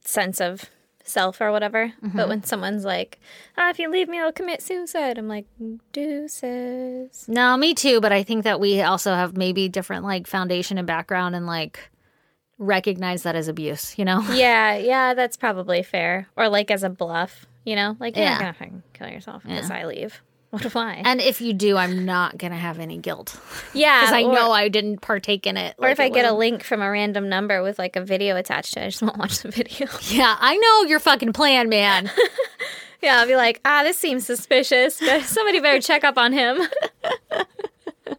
S2: sense of self or whatever.
S1: Mm-hmm.
S2: But when someone's like, "Ah, if you leave me, I'll commit suicide," I'm like, "Deuces."
S1: No, me too, but I think that we also have maybe different like foundation and background and like recognize that as abuse, you know?
S2: Yeah, yeah, that's probably fair. Or like as a bluff, you know, like you're
S1: Yeah. Uh,
S2: not gonna fucking kill yourself because I leave. What if I?
S1: And if you do, I'm not gonna have any guilt
S2: yeah,
S1: because I
S2: or-
S1: know I didn't partake in it.
S2: Or if I get a link from a random number with like a video attached to it, I just won't watch the video.
S1: yeah, I know your fucking plan, man.
S2: Yeah, I'll be like, ah, this seems suspicious. Somebody better check up on him.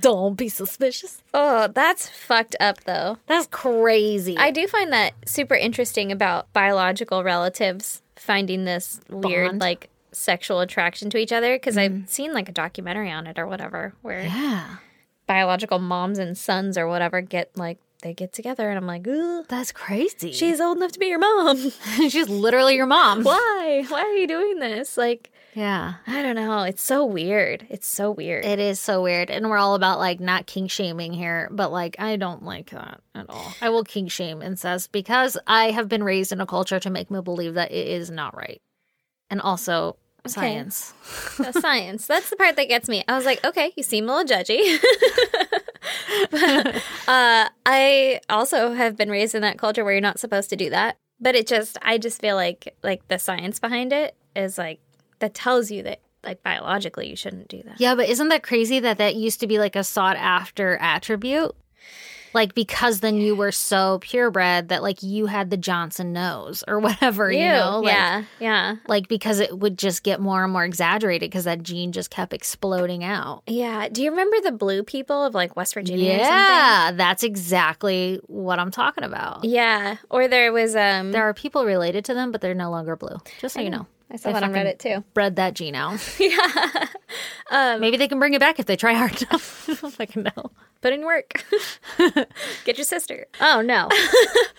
S1: Don't be suspicious.
S2: oh, that's fucked up though.
S1: That's crazy.
S2: I do find that super interesting about biological relatives finding this weird
S1: Bond. Mm-hmm.
S2: like sexual attraction to each other because I've seen like a documentary on it or whatever where
S1: yeah.
S2: biological moms and sons or whatever get like they get together and I'm like, ooh,
S1: That's crazy.
S2: she's old enough to be your mom.
S1: she's literally your mom.
S2: Why? Why are you doing this? Like,
S1: Yeah.
S2: I don't know. It's so weird. It's so weird.
S1: It is so weird. And we're all about like not kink shaming here, but like I don't like that at all. I will kink shame incest because I have been raised in a culture to make me believe that it is not right. And also science.
S2: The science. That's the part that gets me. I was like, okay, you seem a little judgy. but, uh, I also have been raised in that culture where you're not supposed to do that. But it just, I just feel like, like the science behind it is like that tells you that, like biologically, you shouldn't do that.
S1: Yeah, but isn't that crazy that that used to be like a sought after attribute? Like because then you were so purebred that like you had the Johnson nose or whatever, you know? Like,
S2: yeah, yeah,
S1: Like because it would just get more and more exaggerated because that gene just kept exploding out.
S2: yeah. Do you remember the blue people of like West Virginia? or something?
S1: Yeah, that's exactly what I'm talking about.
S2: yeah. Or there was um.
S1: There are people related to them, but they're no longer blue. Just so you know,
S2: I saw
S1: They
S2: that on
S1: fucking
S2: Reddit too.
S1: bred that gene out.
S2: yeah,
S1: Maybe they can bring it back if they try hard enough. I don't fucking know.
S2: put in work. Get your sister. Oh no.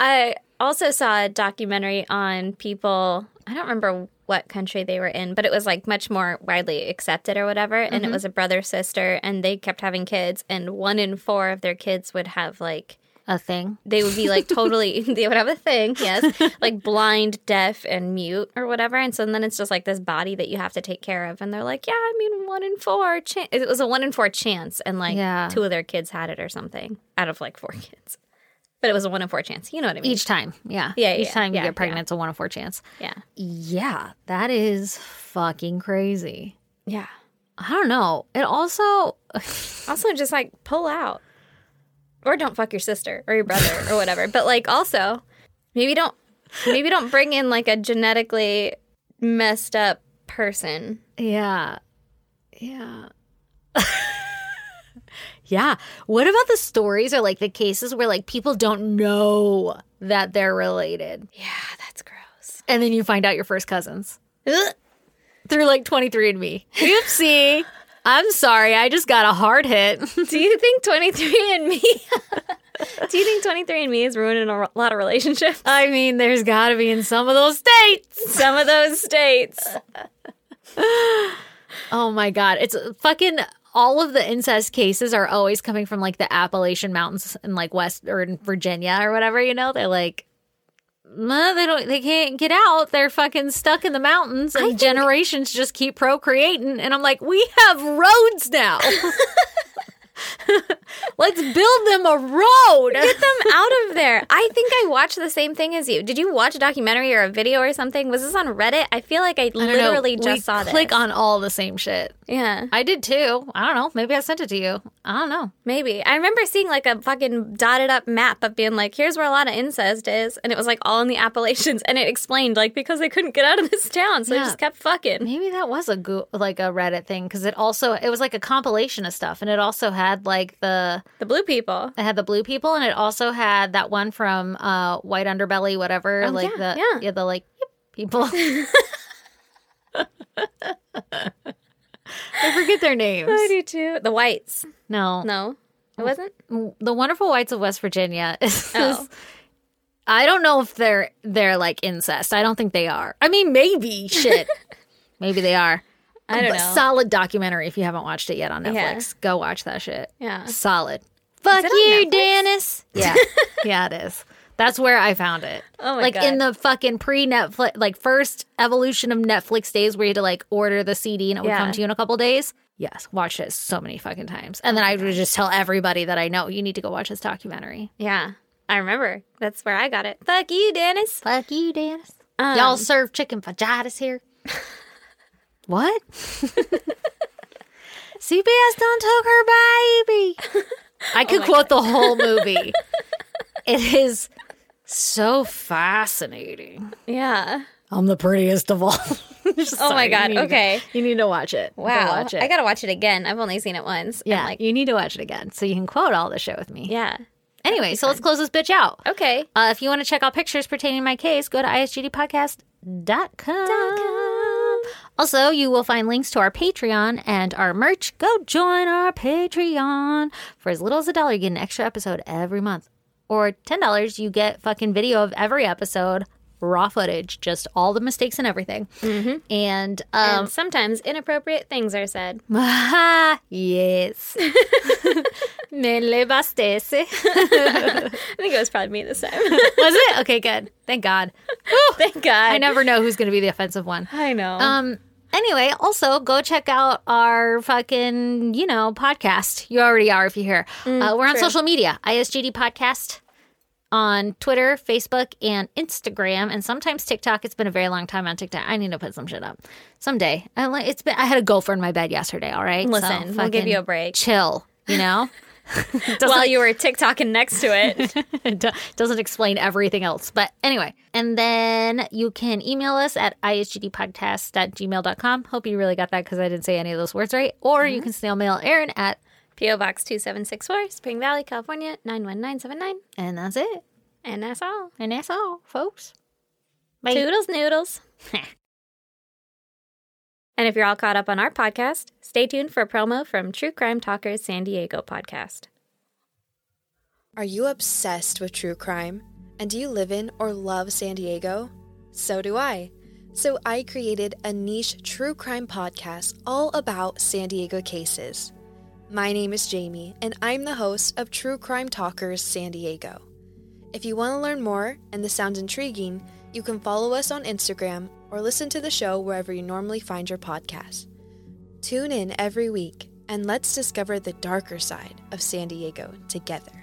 S2: I also saw a documentary on people. I don't remember what country they were in, but it was like much more widely accepted or whatever. And it was a brother sister, and they kept having kids, and one in four of their kids would have like
S1: A thing.
S2: they would be like totally they would have a thing yes like blind deaf and mute or whatever and so then it's just like this body that you have to take care of and they're like yeah i mean one in four chan it was a one in four chance and like
S1: Yeah.
S2: two of their kids had it or something out of like four kids but it was a one in four chance you know what i mean
S1: Each time, yeah,
S2: Yeah,
S1: Each
S2: yeah,
S1: time you
S2: yeah,
S1: get pregnant, it's a one in four chance.
S2: yeah
S1: Yeah, that is fucking crazy.
S2: yeah
S1: I don't know. It also,
S2: also just like pull out or don't fuck your sister or your brother or whatever but like also maybe don't maybe don't bring in like a genetically messed up person
S1: yeah, yeah. Yeah. What about the stories or like the cases where like people don't know that they're related?
S2: Yeah, that's gross.
S1: And then you find out your first cousins through like 23andMe. Oopsie. I'm sorry. I just got a hard hit.
S2: Do you think 23andMe? Do you think 23andMe is ruining a lot of relationships?
S1: I mean, there's got to be in some of those states.
S2: Some of those states.
S1: Oh my God. It's fucking all of the incest cases are always coming from like the Appalachian Mountains in like West or in Virginia or whatever, you know? They're like, "Nah, they don't. They can't get out. They're fucking stuck in the mountains, and generations just keep procreating. And I'm like, we have roads now. Let's build them a road.
S2: Get them out of there. I think I watched the same thing as you. Did you watch a documentary or a video or something? Was this on Reddit? I feel like I, literally
S1: We
S2: just saw
S1: click
S2: this.
S1: on all the same shit.
S2: yeah,
S1: I did too. I don't know. Maybe I sent it to you. I don't know.
S2: maybe. I remember seeing like a fucking dotted up map of being like, here's where a lot of incest is. And it was like all in the Appalachians. And it explained like because they couldn't get out of this town. So they
S1: Yeah.
S2: just kept fucking.
S1: Maybe that was a go- like a Reddit thing because it also it was like a compilation of stuff, and it also had like the
S2: The blue people.
S1: it had the blue people, and it also had that one from uh White Underbelly, whatever, like
S2: Oh, yeah,
S1: the
S2: yeah.
S1: the like yip people. I forget their names.
S2: I do too. The whites.
S1: No, Mm,
S2: No, it wasn't.
S1: the Wonderful Whites of West Virginia is.
S2: Oh.
S1: I don't know if they're they're like incest. I don't think they are. I mean, maybe shit. maybe they are.
S2: I don't
S1: But
S2: know.
S1: Solid documentary. If you haven't watched it yet on
S2: Yeah.
S1: Netflix, go watch that shit.
S2: Yeah.
S1: Solid. Fuck
S2: it on
S1: you,
S2: Netflix?
S1: Dennis. Yeah. yeah, it is. That's where I found it.
S2: Oh my
S1: like
S2: God.
S1: in the fucking pre Netflix, like first evolution of Netflix days where you had to like order the CD and it would
S2: Yeah.
S1: come to you in a couple days. Yes, watched it so many fucking times. And then I would just tell everybody that I know, you need to go watch this documentary.
S2: yeah. I remember. That's where I got it. Fuck you, Dennis.
S1: Fuck you, Dennis.
S2: Um,
S1: Y'all serve chicken fajitas here. what? CBS done took her baby.
S2: Oh
S1: I could quote the whole movie. it is so fascinating.
S2: Yeah.
S4: I'm the prettiest of all. Just
S2: Oh
S4: sorry,
S2: my God,
S4: you need to-
S2: okay.
S4: you need to watch it. Go
S2: Wow.
S4: watch it.
S2: I got to watch it again. I've only seen it once.
S1: Yeah,
S2: I'm like,
S1: you need to watch it again so you can quote all the shit with me.
S2: yeah.
S1: Anyway, so let's close this bitch out.
S2: Okay.
S1: Uh, if you want to check out pictures pertaining to my case, go to
S2: Um,
S1: isgdpodcast.com. Also, you will find links to our Patreon and our merch. Go join our Patreon. For as little as a dollar, you get an extra episode every month. Or $10, you get fucking video of every episode, raw footage, just all the mistakes and everything. And, um,
S2: and sometimes inappropriate things are said.
S1: yes. Me le bastese.
S2: I think it was probably me this time.
S1: Was it? Okay, good. Thank God.
S2: Thank God.
S1: I never know who's going to be the offensive one.
S2: I know.
S1: Um. Anyway, also go check out our fucking you know podcast. You already are if you're here.
S2: Mm,
S1: uh, we're on social media, ISGD Podcast, on Twitter, Facebook, and Instagram, and sometimes TikTok. It's been a very long time on TikTok. I need to put some shit up someday. I like it's been. I had a gopher in my bed yesterday. All right, So
S2: Listen, we'll give
S1: fucking
S2: you a break.
S1: Chill, you know.
S2: While you were TikToking next to it.
S1: It do- doesn't explain everything else. But anyway, and then you can email us at isgdpodcast.gmail.com. Hope you really got that because I didn't say any of those words right. Or you can snail mail Aaron at,
S2: P.O. Box 2764, Spring Valley, California, 91979.
S1: and that's it.
S2: And that's all.
S1: And that's all, folks. Bye.
S2: Toodles noodles. and if you're all caught up on our podcast, stay tuned for a promo from True Crime Talkers San Diego podcast.
S5: Are you obsessed with true crime? And do you live in or love San Diego? So do I. So I created a niche true crime podcast all about San Diego cases. My name is Jamie, and I'm the host of True Crime Talkers San Diego. If you want to learn more and this sounds intriguing, you can follow us on Instagram or listen to the show wherever you normally find your podcast. Tune in every week and let's discover the darker side of San Diego together.